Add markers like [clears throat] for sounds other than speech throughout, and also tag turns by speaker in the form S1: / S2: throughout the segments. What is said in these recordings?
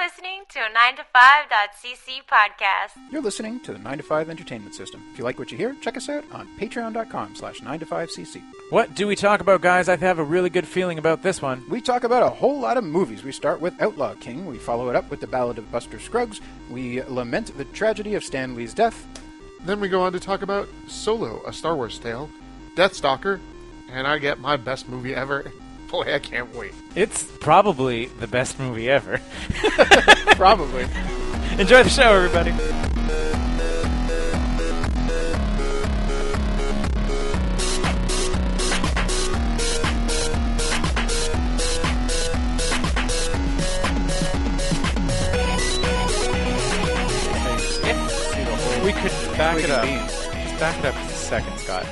S1: listening to a 9to5.cc podcast.
S2: You're listening to the 9 to 5 Entertainment System. If you like what you hear, check us out on patreon.com slash 9to5cc.
S3: What do we talk about, guys? I have a really good feeling about this one.
S2: We talk about a whole lot of movies. We start with Outlaw King, we follow it up with The Ballad of Buster Scruggs, we lament the tragedy of Stan Lee's death,
S4: Then we go on to talk about Solo, a Star Wars tale, Deathstalker, and I get my best movie ever. [laughs] Boy, I can't
S3: [laughs]
S4: wait.
S3: It's probably the best movie ever. [laughs]
S2: probably.
S3: Enjoy the show, everybody. We could back it up. Let's back it up just a second, Scott.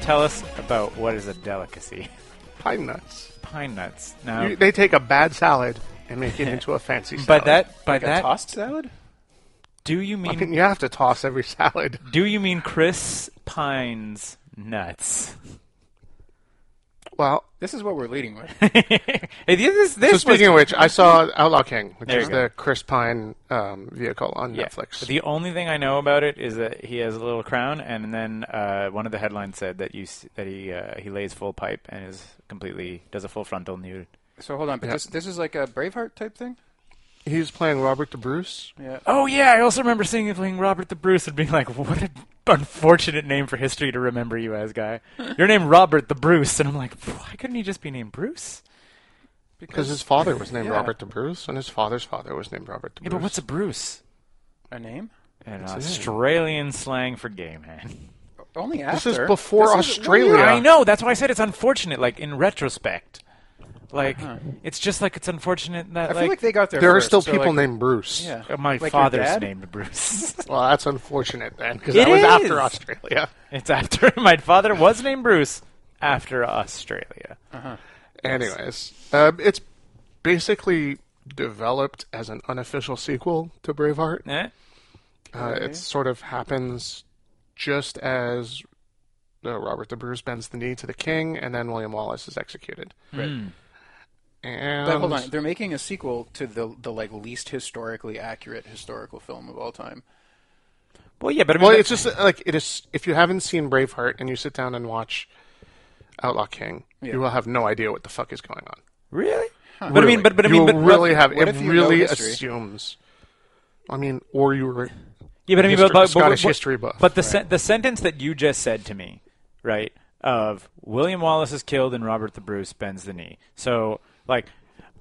S3: Tell us about what is a delicacy. [laughs]
S4: Pine nuts.
S3: Pine nuts. Now,
S4: You- they take a bad salad and make it into a fancy
S3: by
S4: salad.
S3: that, by
S2: Like
S3: that,
S2: a tossed salad?
S3: do you
S4: I
S3: mean
S4: mean, you have to toss
S3: [laughs]
S4: every salad.
S3: Do you mean Chris Pine's nuts? [laughs]
S4: Well,
S2: This is what we're leading with.
S3: [laughs] Hey, this, this
S4: so
S3: was-
S4: speaking of which, I saw Outlaw King, which
S3: There
S4: is
S3: you go.
S4: the Chris Pine um, vehicle on Netflix.
S3: The only thing I know about it is that he has a little crown, and then uh, one of the headlines said that you s- that he uh, he lays full pipe and is completely does a full frontal nude.
S2: So hold on, but
S4: Yeah.
S2: this, this is like a Braveheart type thing?
S4: He's playing Robert DeBruce.
S2: Yeah.
S3: Oh yeah, I also remember seeing him playing Robert the Bruce and being like, what an unfortunate name for history to remember you as, [laughs] guy. Your name Robert the Bruce, and I'm like, why couldn't he just be named Bruce?
S4: Because his father was named
S2: Yeah.
S4: Robert DeBruce, and his father's father was named Robert DeBruce.
S3: Yeah, but what's a Bruce?
S2: A name?
S3: An
S4: a name.
S3: Australian slang for gay man.
S2: Only
S4: This
S2: after.
S4: is before
S2: This is-
S4: Australia.
S3: I know. That's why I said it's unfortunate. Like in retrospect, like it's just like it's unfortunate that
S2: I feel
S3: like,
S2: like, they got there
S4: There are
S2: first,
S4: still
S2: so,
S4: people
S2: like,
S4: named Bruce.
S2: Yeah.
S3: uh, my
S2: Like your
S3: father's
S2: dad?
S3: named Bruce. [laughs]
S4: Well, that's unfortunate then, because
S3: It
S4: that was after
S3: is.
S4: Australia.
S3: it's after [laughs] my father was named Bruce after Australia.
S2: Uh-huh.
S4: Anyways, um, it's basically developed as an unofficial sequel to Braveheart.
S3: Eh?
S4: Uh, it sort of happens just as uh, Robert the Bruce bends the knee to the king, and then William Wallace is executed.
S2: Right.
S4: And
S2: But hold on, they're making a sequel to the the like least historically accurate historical film of all time.
S3: Well, yeah, but I mean,
S4: well,
S3: that-
S4: it's just uh, like it is. If you haven't seen Braveheart and you sit down and watch Outlaw King,
S2: Yeah.
S4: you will have no idea what the fuck is going on.
S3: really. But I mean, but but I
S4: you
S3: mean,
S4: will
S3: but
S4: really
S3: but-
S4: have
S2: what
S4: it
S2: if you know
S4: really
S2: history?
S4: assumes. I mean, or you were
S3: Yeah, but I mean,
S4: history-
S3: but, but,
S4: Scottish
S3: but,
S4: history buff.
S3: But the sen- the sentence that you just said to me, right? Of William Wallace is killed and Robert the Bruce bends the knee. So like,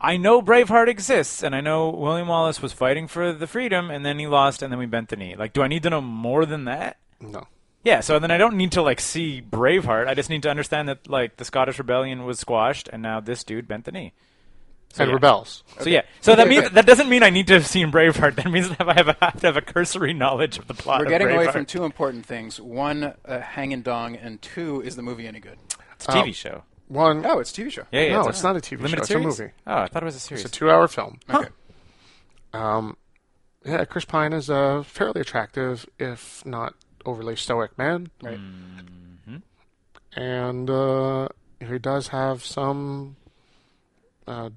S3: I know Braveheart exists and I know William Wallace was fighting for the freedom and then he lost and then we bent the knee. Like, do I need to know more than that?
S4: no.
S3: Yeah. So then I don't need to like see Braveheart. I just need to understand that like the Scottish Rebellion was squashed and now this dude bent the knee.
S4: and
S3: yeah.
S4: rebels.
S3: So yeah, so that means that doesn't mean I need to have seen Braveheart. [laughs] That means that I have, I have to have a cursory knowledge of the plot.
S2: We're
S3: of
S2: getting away
S3: Braveheart.
S2: from two important things: one, uh, Hang and Dong, and two, is the movie any good?
S3: It's a TV show.
S4: One,
S2: Oh, it's a TV show.
S3: Yeah, yeah.
S4: no, it's not a TV
S3: limited
S4: show.
S3: series?
S4: It's a movie.
S3: Oh, I thought it was a series.
S4: It's a two-hour film.
S2: Okay.
S4: Um, yeah, Chris Pine is a fairly attractive, if not overly stoic, man, Mm-hmm.
S2: Right.
S4: and uh, he does have some uh,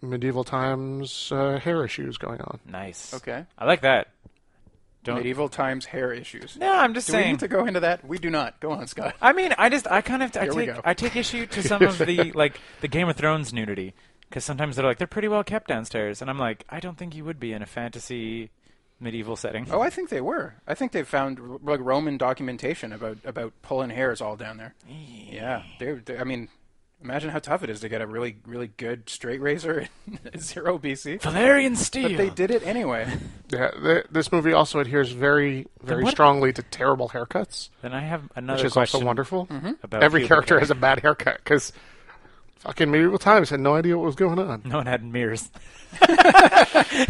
S4: medieval times uh, hair issues going on.
S3: nice.
S2: Okay.
S3: I like that. Don't.
S2: Medieval times hair issues.
S3: No, I'm just
S2: Do we
S3: saying.
S2: need to go into that? We do not. Go on, Scott.
S3: I mean, I just, I kind of, I
S2: Here we
S3: take,
S2: go.
S3: I take issue to some
S2: [laughs]
S3: of the like the Game of Thrones nudity because sometimes they're like they're pretty well kept downstairs, and I'm like, I don't think you would be in a fantasy medieval setting.
S2: Oh, I think they were. I think they found r- like Roman documentation about about pulling hairs all down there. Yeah, they, they, I mean, imagine how tough it is to get a really really good straight razor in [laughs] zero BC.
S3: Valerian steel.
S2: But they did it
S3: [laughs]
S2: anyway.
S4: Yeah, th- this movie also adheres very, very
S3: what-
S4: strongly to terrible haircuts,
S3: Then I have
S4: which
S3: another
S4: is
S3: question Mm-hmm.
S4: also wonderful.
S3: about
S4: Every
S3: pubic
S4: character
S3: hair.
S4: has a bad haircut because fucking medieval times had no idea what was going on.
S3: No one had mirrors.
S2: [laughs]
S3: [laughs]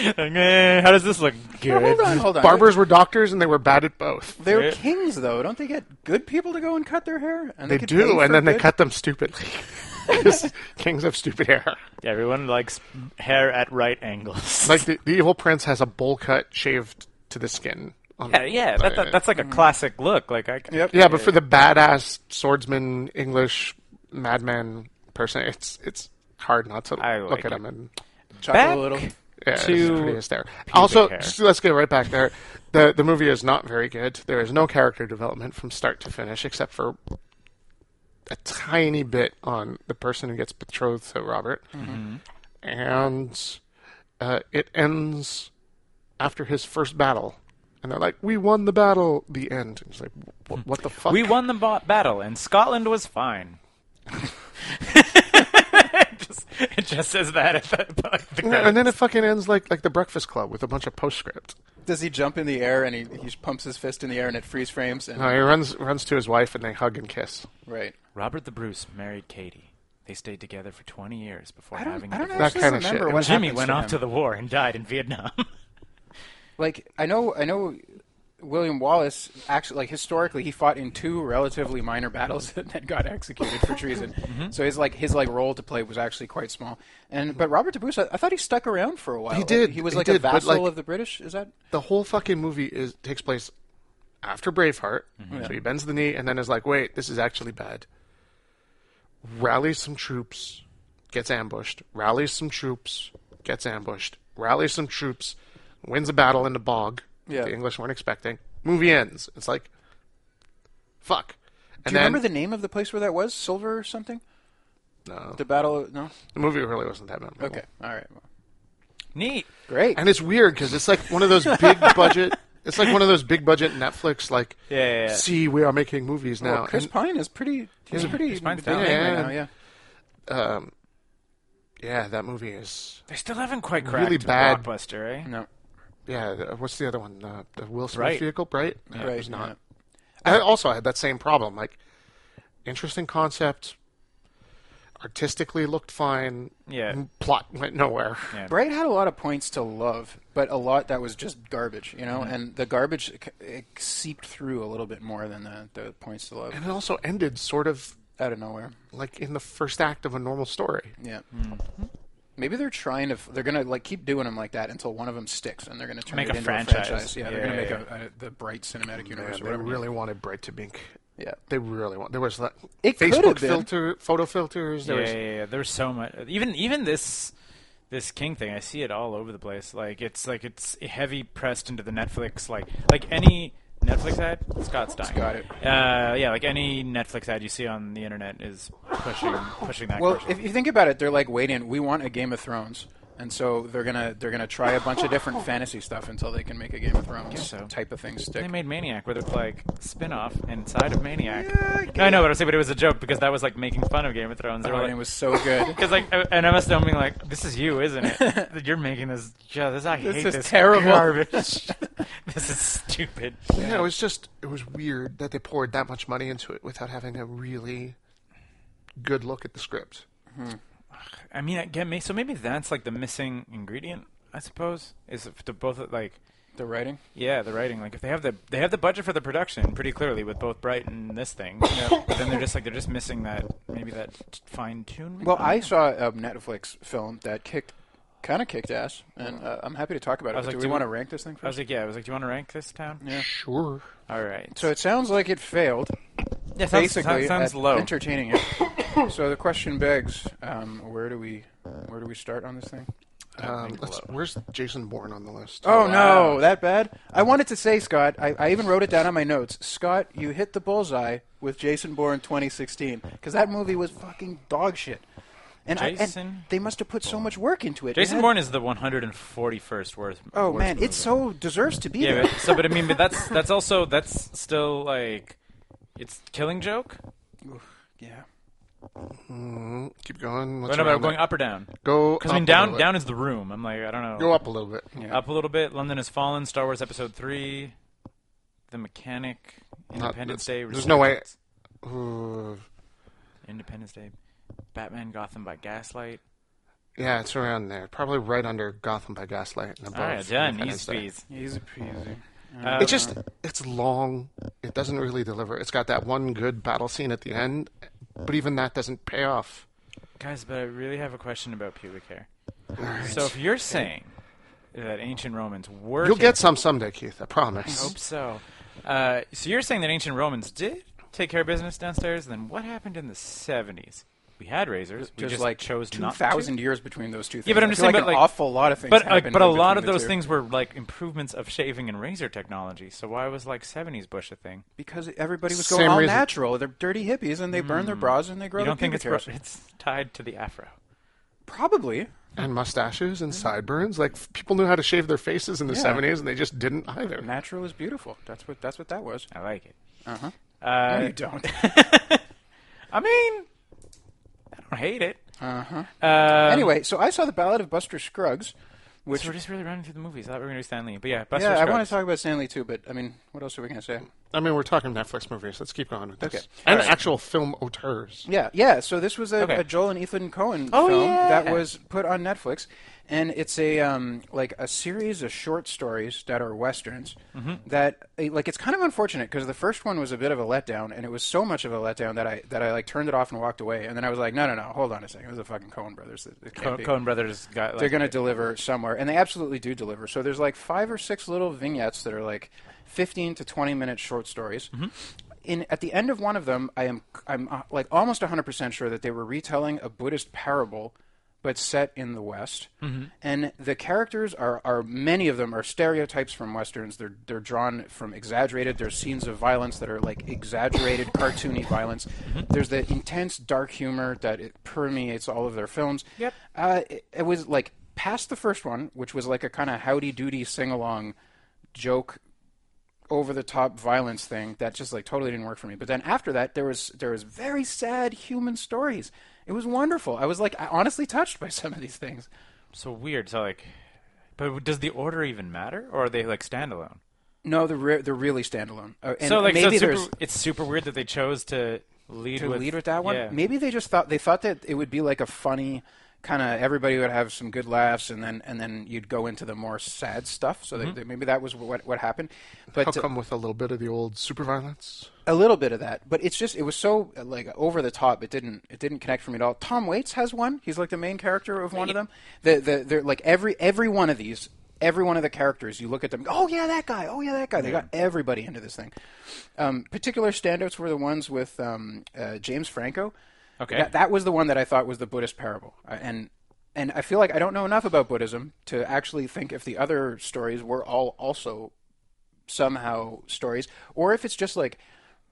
S3: Like, eh, How does this look? Good.
S2: hold on, hold on.
S4: Barbers were doctors, and they were bad at both.
S2: They're
S3: Yeah.
S2: kings, though. Don't they get good people to go and cut their hair? And
S4: They
S2: get
S4: do,
S2: paid for
S4: and then they
S2: good-
S4: cut them stupidly.
S2: [laughs]
S4: 'Cause kings have stupid hair.
S3: Everyone likes hair at right angles.
S4: Like the, the evil prince has a bowl cut shaved to the skin.
S3: [laughs]
S4: On
S3: yeah, yeah, that, that, that's like a classic look. Like I, can,
S2: Yep.
S4: yeah, but for the badass swordsman, English madman person, it's it's hard not to
S3: I
S4: look
S3: like
S4: at
S3: it.
S4: him. And
S2: Chuckle
S3: back
S2: a little.
S4: Yeah, it's
S3: to
S4: pretty hysterical. Also,
S3: hair.
S4: just- let's get right back there. The the movie is not very good. There is no character development from start to finish, except for a tiny bit on the person who gets betrothed to Robert,
S3: Mm-hmm.
S4: and uh, it ends after his first battle, and they're like, "We won the battle." The end. It's like, "Wh- what the fuck?
S3: Hmm. We won the ba- battle, and Scotland was fine. [laughs] it, just, it just says that at the, [laughs] at the
S4: Yeah, and
S3: credits.
S4: then it fucking ends like like the Breakfast Club with a bunch of postscript.
S2: Does he jump in the air and he, he just pumps his fist in the air and it freeze frames? And,
S4: No, Uh, he runs runs to his wife and they hug and kiss.
S2: Right.
S3: Robert the Bruce married Katie. They stayed together for 20 years before
S2: I don't,
S3: having
S2: I
S3: a
S2: don't
S3: divorce.
S4: That
S2: actually
S4: kind of
S2: remember
S4: shit.
S2: what
S3: Jimmy
S2: happens
S3: went
S2: to
S3: off
S2: him.
S3: to the war and died in Vietnam. [laughs]
S2: Like I know, I know. William Wallace actually, like historically, he fought in two relatively minor battles [laughs] and then got executed for treason. So his like his like role to play was actually quite small. And but Robert de Bruce, I, I thought he stuck around for a while.
S4: He did,
S2: He was
S4: he
S2: like a
S4: did, but,
S2: vassal
S4: like-
S2: of the British. Is that
S4: the whole fucking movie is takes place after Braveheart.
S2: Mm-hmm.
S4: So he bends the knee and then is like, "Wait, this is actually bad." Rallies some troops, gets ambushed. Rallies some troops, gets ambushed. Rallies some troops, wins a battle in the bog.
S2: Yeah.
S4: The English weren't expecting. Movie ends. It's like, fuck. And
S2: Do you
S4: then
S2: remember the name of the place where that was? Silver or something?
S4: no,
S2: The battle? No.
S4: the movie really wasn't that memorable.
S2: Okay. All right. Well,
S3: Neat.
S2: Great.
S4: and it's weird because it's like one of those big budget. It's like one of those big budget
S2: [laughs]
S4: Netflix like.
S3: Yeah, yeah, yeah.
S4: See, we are making movies now.
S2: well, Chris
S4: And-
S2: Pine is pretty. He's a pretty
S3: Chris Pine's
S2: big name
S4: talented.
S2: right now. Yeah.
S4: um, yeah, that movie is.
S3: They still haven't quite cracked
S4: Really bad.
S3: blockbuster, eh?
S2: No.
S4: Yeah, th- what's the other one? Uh, the Will Smith
S3: Bright.
S4: vehicle, Bright. Yeah,
S2: Right.
S4: It was not.
S2: yeah.
S4: I also had that same problem. Like, interesting concept, artistically looked fine.
S3: Yeah.
S4: m- Plot went nowhere.
S3: Yeah.
S2: Bright had a lot of points to love, but a lot that was just garbage, you
S3: Mm-hmm.
S2: know. And the garbage c- it seeped through a little bit more than the, the points to love
S4: And it also ended sort of
S2: out of nowhere.
S4: like in the first act of a normal story.
S2: Yeah.
S3: Mm-hmm.
S2: Maybe they're trying to. F- they're gonna like keep doing them like that until one of them sticks, and they're gonna turn
S3: Make
S2: it
S3: a
S2: into a
S3: franchise.
S2: franchise. Yeah, they're
S3: Yeah,
S2: gonna make
S3: yeah,
S2: A, a, the Bright cinematic
S4: Yeah,
S2: universe. or
S4: they
S2: whatever.
S4: really wanted Bright to be.
S2: yeah.
S4: They really want. There was that
S2: It could have
S4: Facebook
S2: been.
S4: filter, photo filters. There
S3: Yeah,
S4: was
S3: yeah, yeah. There's so much. Even even this this King thing, I see it all over the place. Like it's like it's heavy pressed into the Netflix. Like like any Netflix ad, Scott's dying.
S2: Got it.
S3: Uh, yeah, like any Netflix ad you see on the internet is pushing pushing that.
S2: Well,
S3: commercial.
S2: if you think about it, they're like waiting. We want a Game of Thrones, and so they're gonna they're gonna try a bunch of
S3: [laughs]
S2: different fantasy stuff until they can make a Game of Thrones
S3: so.
S2: type of thing stick.
S3: They made Maniac, where there's like spin-off inside of Maniac.
S2: Yeah,
S3: No, I know what I'm saying, but it was a joke because that was like making fun of Game of Thrones. They
S2: Oh,
S3: were
S2: and
S3: [laughs] like-
S2: it was so good.
S3: Because like, I- and I must have been like, "This is you, isn't it? [laughs] You're making this. Yeah, this I
S2: This
S3: hate
S2: is
S3: this
S2: terrible." [laughs]
S3: garbage. [laughs] this is stupid."
S4: Yeah, it was just it was weird that they poured that much money into it without having a really good look at the script.
S3: I mean, I get me. So maybe that's like the missing ingredient, I suppose. Is if the both like,
S2: the writing.
S3: yeah, the writing. Like, if they have the they have the budget for the production pretty clearly with both Bright and this thing, but then they're just like they're just missing that maybe that fine tune.
S2: Well, I saw a Netflix film that kicked, kind of kicked ass, and uh, I'm happy to talk about it.
S3: I was
S2: but
S3: like,
S2: do we
S3: do
S2: want to
S3: we-
S2: rank this thing
S3: I was
S2: first?
S3: like, yeah, I was like, do you want to rank this town?
S2: Yeah.
S4: Sure.
S3: All right.
S2: So it sounds like it failed.
S3: yeah, sounds,
S2: Basically,
S3: sounds, sounds
S2: at
S3: low.
S2: entertaining
S3: [laughs]
S2: it. so the question begs, um, where do we, where do we start on this thing?
S4: Um, let's, where's Jason Bourne on the list?
S2: Oh no, that bad? I wanted to say, Scott. I, I even wrote it down on my notes. Scott, you hit the bullseye with Jason Bourne 2016 because that movie was fucking dog shit. And, I, and
S3: Jason
S2: they must have put so much work into it. It
S3: Jason
S2: had-
S3: Bourne is the 141st worst.
S2: Oh
S3: worst
S2: man,
S3: movie.
S2: it so deserves to be
S3: Yeah,
S2: there.
S3: but, so but I mean, but that's that's also that's still like, it's Killing Joke.
S2: yeah.
S4: Mhm. keep going.
S3: But
S4: What's
S3: no, but
S4: around
S3: I'm going
S4: that?
S3: up or down?
S4: Go.
S3: Because
S4: up
S3: I mean,
S4: a
S3: down
S4: little
S3: down is the room. I'm like, I don't know.
S4: bit. Go up a little bit.
S3: Up a little bit. London has fallen. Star Wars Episode Three, The Mechanic, Independence Day.
S4: there's no way-
S3: Resurgence,
S4: Ooh.
S3: Independence Day, Batman: Gotham by Gaslight.
S4: Yeah, it's around there. Probably right under Gotham by Gaslight. And above
S3: All right, Ah, done. Easy
S4: Independence Day.
S3: speeds.
S2: Easy peasy.
S3: Uh,
S4: It just it's long. It doesn't really deliver. It's got that one good battle scene at the end, but even that doesn't pay off.
S3: Guys, but I really have a question about pubic hair. So if you're saying that ancient Romans were
S4: You'll get some someday, Keith. I promise.
S3: hope so. Uh, so you're saying that ancient Romans did take care of business downstairs? Then what happened in the 70s? we had razors. We
S2: There's
S3: just
S2: like
S3: chose
S2: two
S3: not to.
S2: thousand years between those two things.
S3: Yeah, but I'm
S2: I
S3: just
S2: feel
S3: saying,
S2: like
S3: but,
S2: an
S3: like-
S2: awful lot of things.
S3: But like,
S2: happened
S3: but a
S2: between
S3: lot of
S2: the
S3: those
S2: two.
S3: things were like improvements of shaving and razor technology. So why was like '70s Bush a thing?
S2: because everybody was going
S4: Same
S2: all
S4: reason.
S2: natural. They're dirty hippies and they burn their bras and they grow.
S3: Mm. You don't
S2: their
S3: think it's
S2: pubic hairs.
S3: it's tied to the afro?
S2: probably
S4: and mustaches and sideburns. Like f- people knew how to shave their faces in the
S2: Yeah.
S4: seventies, and they just didn't either.
S2: natural is beautiful. That's what that's what that was.
S3: I like it.
S2: Uh-huh.
S3: Uh,
S2: no, you
S3: [laughs]
S2: don't.
S3: I mean, I don't hate it.
S2: Uh-huh.
S3: Uh,
S2: anyway, so I saw the Ballad of Buster Scruggs, which
S3: so we're just really running through the movies. I thought we were going to do Stanley, but yeah, Buster
S2: yeah, I want
S3: Scruggs.
S2: to talk about Stanley too. But I mean, what else are we gonna say?
S4: I mean, we're talking Netflix movies. Let's keep going with this.
S2: Okay.
S4: And
S2: All right.
S4: actual film auteurs.
S2: Yeah, yeah. So this was a,
S3: Okay.
S2: a Joel and Ethan Cohen
S3: Oh,
S2: film
S3: yeah.
S2: that was put on Netflix, and it's a um, like a series of short stories that are westerns.
S3: Mm-hmm.
S2: That eh, like it's kind of unfortunate because the first one was a bit of a letdown, and it was so much of a letdown that I that I like turned it off and walked away, and then I was like, no, no, no, hold on a second, it was the fucking Cohen brothers. It, it can't
S3: Co-
S2: be.
S3: Coen Brothers got. Like,
S2: They're going to deliver somewhere, and they absolutely do deliver. So there's like five or six little vignettes that are like 15 to 20 minute short stories.
S3: Mm-hmm.
S2: In at the end of one of them, I am I'm uh, like almost 100 percent sure that they were retelling a Buddhist parable, but set in the West. And the characters are are many of them are stereotypes from westerns. They're they're drawn from exaggerated. There's scenes of violence that are like exaggerated, cartoony violence. There's the intense dark humor that it permeates all of their films.
S3: Yep.
S2: Uh, it, it was like past the first one, which was like a kind of howdy doody sing along joke over the top violence thing that just like totally didn't work for me. But then after that there was there was very sad human stories. It was wonderful. I was like I honestly touched by [laughs] some of these things.
S3: so weird. So like, but does the order even matter, or are they like standalone?
S2: No, they're re- they're really standalone. Uh, and
S3: so like, so
S2: maybe
S3: super,
S2: there's
S3: it's super weird that they chose to lead
S2: to
S3: with,
S2: lead with that one.
S3: Yeah.
S2: Maybe they just thought they thought that it would be like a funny kind of everybody would have some good laughs and then and then you'd go into the more sad stuff. So
S3: Mm-hmm.
S2: they, they, maybe that was what what happened. But
S4: How
S2: uh,
S4: come with a little bit of the old super violence?
S2: a little bit of that, but it's just it was so uh, like over the top. It didn't it didn't connect for me at all. Tom Waits has one. He's like the main character of one of them. The the they're like every every one of these, every one of the characters. You look at them. Oh yeah, that guy. Oh yeah, that guy. They got everybody into this thing. Um, particular standouts were the ones with um, uh, James Franco.
S3: Okay.
S2: That, that was the one that I thought was the Buddhist parable, I- and and I feel like I don't know enough about Buddhism to actually think if the other stories were all also somehow stories, or if it's just like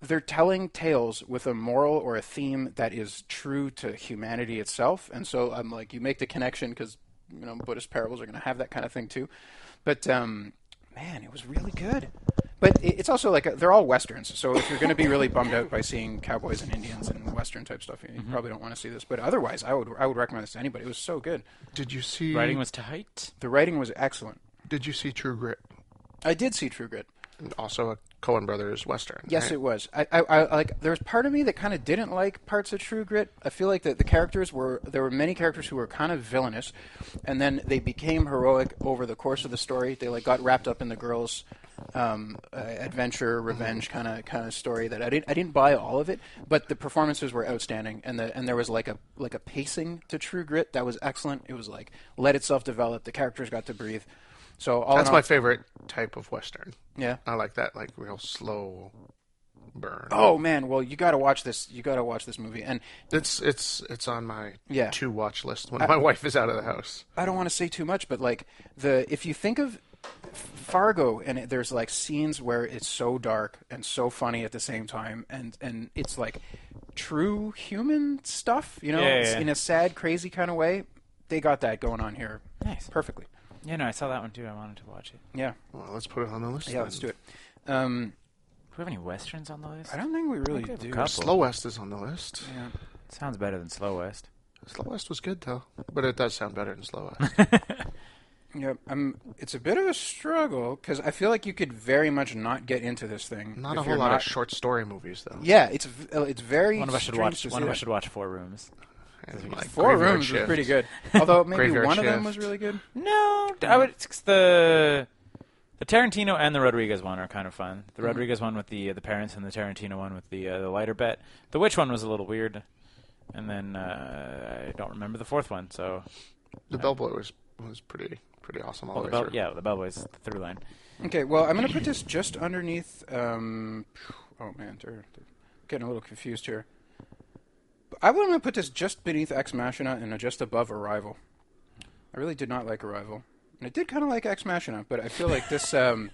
S2: they're telling tales with a moral or a theme that is true to humanity itself. And so I'm like, you make the connection because you know Buddhist parables are going to have that kind of thing too. But um, man, it was really good. But it- it's also like a, they're all westerns, so if you're going to be really bummed out by seeing cowboys and Indians and western type stuff, you probably don't want to see this. But otherwise, I would I would recommend this to anybody. It was so good.
S4: Did you see?
S3: writing was tight.
S2: The writing was excellent.
S4: Did you see True Grit?
S2: I did see True Grit.
S4: And also a Coen Brothers western.
S2: Yes,
S4: right?
S2: it was. I, I, I like. There was part of me that kind of didn't like parts of True Grit. I feel like that the characters were there were many characters who were kind of villainous, and then they became heroic over the course of the story. They like got wrapped up in the girls' um, uh, adventure,
S4: Mm-hmm.
S2: revenge kind of kind of story. That I didn't I didn't buy all of it, but the performances were outstanding, and the and there was like a like a pacing to True Grit that was excellent. It was like let itself develop. The characters got to breathe. So all
S4: That's
S2: in all,
S4: my favorite type of western.
S2: yeah.
S4: I like that, like real slow burn.
S2: Oh man, well you got to watch this. You got to watch this movie and.
S4: It's it's it's on my
S2: Yeah.
S4: to watch list when my [laughs] wife is out of the house.
S2: I don't want to say too much, but like the if you think of Fargo and it, there's like scenes where it's so dark and so funny at the same time, and and it's like true human stuff, you know,
S3: Yeah, yeah,
S2: it's
S3: yeah.
S2: in a sad, crazy kind of way. They got that going on here,
S3: Nice.
S2: perfectly.
S3: Yeah, no, I saw that one too. I wanted to watch it. Do
S2: Yeah,
S4: Well, let's put it on the list.
S2: yeah,
S4: then.
S2: let's do it. Um,
S3: we have any westerns on the list?
S2: I don't think we really
S3: we have a
S2: do.
S3: couple.
S4: Slow West is on the list.
S2: Yeah.
S3: Sounds better than Slow West.
S4: Slow West was good though, but it does sound better than Slow West.
S2: [laughs] Yeah, um, it's a bit of a struggle because I feel like you could very much not get into this thing.
S4: Not
S2: if
S4: a whole
S2: you're
S4: lot
S2: not-
S4: of short story movies though.
S2: Yeah, it's v- uh, it's very.
S3: One of us should
S2: strange
S3: watch.
S2: to
S3: One
S2: see
S3: of
S2: that.
S3: us should watch Four Rooms.
S4: And, like,
S2: Four
S4: Graveyard
S2: rooms was
S4: Shift.
S2: pretty good.
S3: [laughs]
S2: Although maybe
S4: Graveyard
S2: one of them
S4: Shift.
S2: was really good.
S3: No, I would. It's the the Tarantino and the Rodriguez one are kind of fun. The Rodriguez one with the uh, the parents, and the Tarantino one with the uh, the lighter bet. The witch one was a little weird, and then uh, I don't remember the fourth one. So
S4: The Bellboy was was pretty pretty awesome all
S2: Oh,
S3: well,
S4: the
S3: the
S4: way
S3: bell,
S4: through.
S3: yeah, the Bellboys the through line.
S2: Okay, well, I'm going to put this just underneath. Um, oh man, they're, they're getting a little confused here. I want to put this just beneath Ex Machina and just above Arrival. I really did not like Arrival, and I did kind of like Ex Machina, but I feel like this. Um,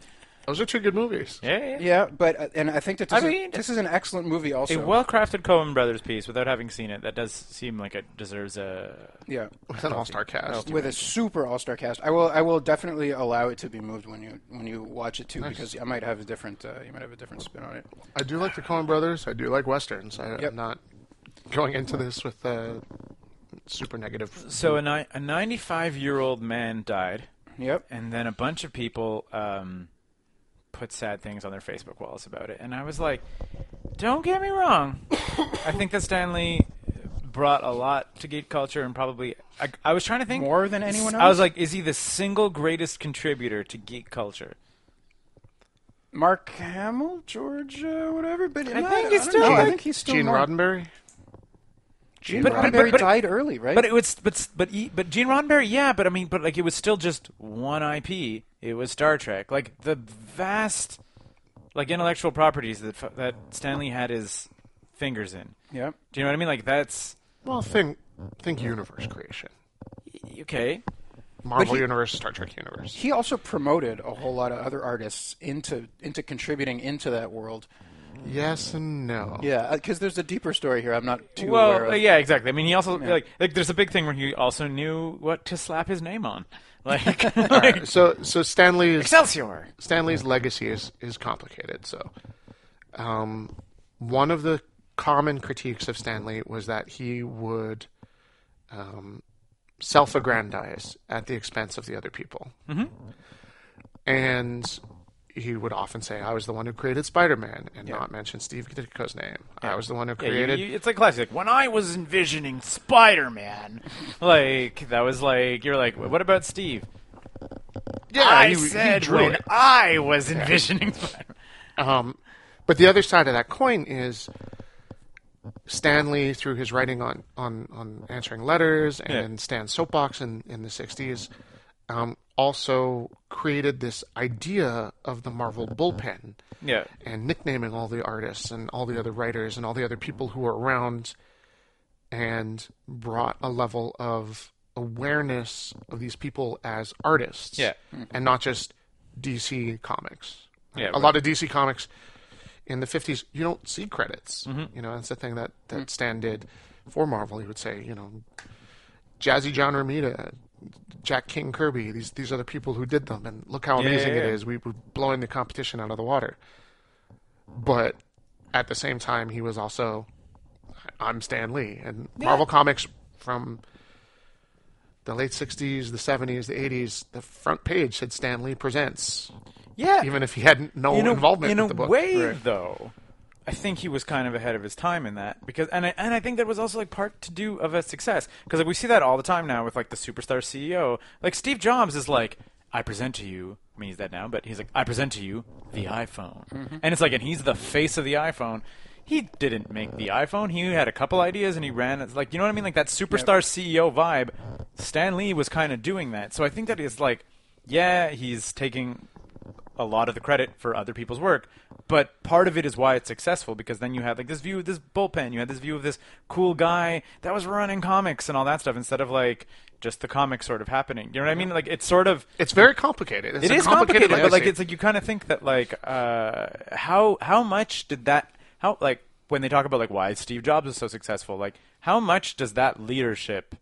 S4: Those are two good movies.
S3: Yeah, [laughs] yeah.
S2: yeah, but uh, and I think that this,
S3: I
S2: is,
S3: mean,
S2: this is an excellent movie. Also,
S3: A well-crafted Coen Brothers piece, without having seen it, that does seem like it deserves a.
S2: yeah,
S4: With an all-star cast.
S2: Oh, with a super all star cast. I will I will definitely allow it to be moved when you when you watch it too, because I might have a different uh, you might have a different spin on it.
S4: I do like the Coen Brothers. I do like westerns. I,
S2: Yep.
S4: I'm not going into this with uh, super negative.
S3: So a, ni- a 95-year-old man died,
S2: Yep.
S3: and then a bunch of people um, put sad things on their Facebook walls about it, and I was like, "Don't get me wrong, I think that Stanley." Brought a lot to geek culture, and probably I, I was trying to think
S2: More than anyone
S3: I
S2: else?
S3: was like, is he the single greatest contributor to geek culture?
S2: Mark Hamill, George, uh, whatever. But I
S3: think he's
S2: I
S3: still
S2: don't know. I
S3: like-
S2: think he's still
S4: Gene
S2: more-
S4: Roddenberry.
S2: Gene
S3: But-
S2: Roddenberry
S3: but- but-
S2: died early, right?
S3: But it was, but but he- but Gene Roddenberry, yeah. But I mean, but like it was still just one IP. It was Star Trek. Like the vast, like intellectual properties that fu- that Stanley had his fingers in.
S2: yeah.
S3: Do you know what I mean? Like that's
S4: Well, think think universe creation.
S3: okay.
S4: Marvel Universe, Star Trek Universe.
S2: he also promoted a whole lot of other artists into into contributing into that world.
S4: Yes and no.
S2: Yeah, because there's a deeper story here. I'm not too aware
S3: Well,
S2: of.
S3: uh, yeah, exactly. I mean, he also like like there's a big thing where he also knew what to slap his name
S4: [laughs]
S3: on, like, [laughs] like
S4: So so
S2: [laughs]
S4: Stanley's
S3: Excelsior.
S4: Stanley's legacy is is complicated. So, um, one of the common critiques of Stanley was that he would um, self-aggrandize at the expense of the other people,
S3: Mm-hmm.
S4: and he would often say, "I was the one who created Spider-Man," and not mention Steve Ditko's name. I was the one who
S3: Yeah, you-
S4: created.
S3: you- it's like classic. Like, when I was envisioning Spider-Man,
S4: [laughs]
S3: like that was like you're like, what about Steve?
S4: yeah,
S3: I
S4: he- he
S3: said
S4: drew
S3: when
S4: it.
S3: I was envisioning Spider-Man.
S4: Um, but the other side of that coin is Stanley, through his writing on, on, on answering letters and Stan's soapbox in, in the 60s, um, also created this idea of the Marvel bullpen
S3: Yeah.
S4: and nicknaming all the artists and all the other writers and all the other people who were around and brought a level of awareness of these people as artists
S3: Yeah.
S4: and not just DC comics.
S3: Yeah,
S4: a
S3: right.
S4: lot of DC comics in the 50s you don't see credits.
S3: Mm-hmm.
S4: You know, that's the thing that that Stan did for Marvel. He would say, you know, Jazzy John Romita, Jack King Kirby, these these are the people who did them, and look how
S3: Yeah,
S4: amazing
S3: yeah,
S4: it
S3: yeah.
S4: is. We were blowing the competition out of the water. But at the same time, he was also, I'm Stan Lee, and Marvel Comics from the late 60s, the 70s, the 80s, the front page said Stan Lee presents,
S3: Yeah.
S4: even if he had no
S3: in a,
S4: involvement
S3: in
S4: with
S3: a
S4: the book.
S3: way, though, I think he was kind of ahead of his time in that because, and I, and I think that was also like part to do of a success because like, we see that all the time now with like the superstar CEO, like Steve Jobs is like, I present to you. I mean, he's dead now, but he's like, I present to you the iPhone,
S4: Mm-hmm.
S3: and it's like, and he's the face of the iPhone. He didn't make the iPhone. He had a couple ideas and he ran. It's like you know what I mean, like that superstar CEO vibe. Stan Lee was kind of doing that, so I think that is like, yeah, he's taking a lot of the credit for other people's work, but part of it is why it's successful because then you had like this view of this bullpen, you had this view of this cool guy that was running comics and all that stuff instead of like just the comics sort of happening. You know what I mean? Like it's sort of
S4: It's very complicated. It's
S3: it's
S4: a
S3: complicated,
S4: complicated,
S3: but like
S4: legacy.
S3: it's like you kind of think that like uh, how how much did that how like when they talk about like why Steve Jobs is so successful, like how much does that leadership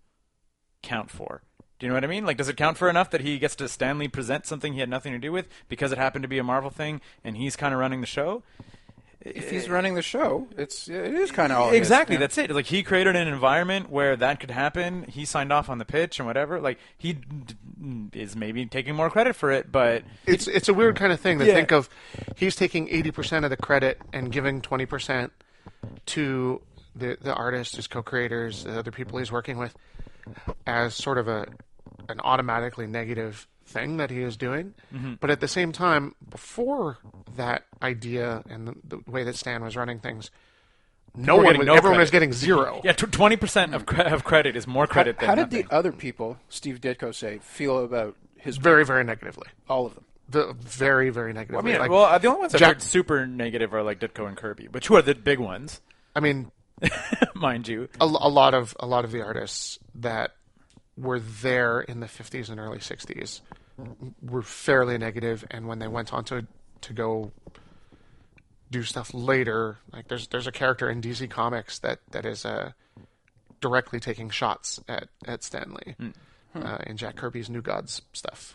S3: count for? Do you know what I mean? Like, does it count for enough that he gets to Stanley present something he had nothing to do with because it happened to be a Marvel thing and he's kind of running the show?
S2: if he's running the show, it's it is kind of
S4: Oh,
S2: all it is,
S3: exactly,
S2: yeah.
S3: that's it. Like, he created an environment where that could happen. He signed off on the pitch and whatever. Like, he d- is maybe taking more credit for it, but
S4: it's it's a weird kind of thing to
S3: Yeah.
S4: think of. He's taking eighty percent of the credit and giving twenty percent to the the artists, his co-creators, the other people he's working with, as sort of a an automatically negative thing that he is doing.
S3: Mm-hmm.
S4: But at the same time, before that idea and the, the way that Stan was running things, no
S3: We're
S4: one,
S3: getting
S4: was,
S3: no
S4: everyone was
S3: credit.
S4: getting zero.
S3: Yeah, twenty percent of, cre- of credit is more credit
S2: How
S3: than
S2: did
S3: nothing.
S2: the other people, Steve Ditko, say feel about his
S4: Very, very negatively.
S2: all of them?
S4: The very, very
S3: I
S4: negatively.
S3: mean,
S4: like,
S3: well, uh, the only ones that [laughs]
S4: Jack-
S3: are super negative are like Ditko and Kirby, which who are the big ones.
S4: I mean,
S3: mind you.
S4: a, a lot of a lot of the artists that were there in the 50s and early 60s were fairly negative and when they went on to to go do stuff later like there's there's a character in DC comics that that is uh directly taking shots at at Stanley
S3: Hmm.
S4: uh, in Jack Kirby's New Gods stuff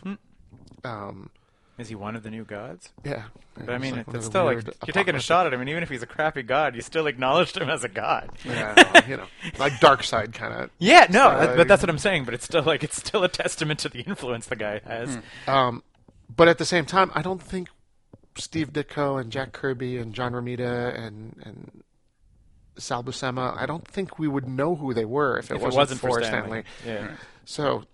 S4: um
S3: Is he one of the new gods?
S4: yeah
S3: But I
S4: It's
S3: mean,
S4: like
S3: it's
S4: one of the
S3: still like
S4: weird
S3: you're taking a
S4: apocalyptic-
S3: shot at him, and even if he's a crappy god, you still acknowledged him as a god.
S4: yeah, you know like dark side kind of
S3: Yeah, no,
S4: Style.
S3: that- but that's what I'm saying. But it's still like it's still a testament to the influence the guy has.
S4: Um, but at the same time, I don't think Steve Ditko and Jack Kirby and John Romita and and Sal Buscema, I don't think we would know who they were if it,
S3: If
S4: wasn't,
S3: it wasn't
S4: for
S3: Stanley,
S4: Stanley.
S3: yeah.
S4: So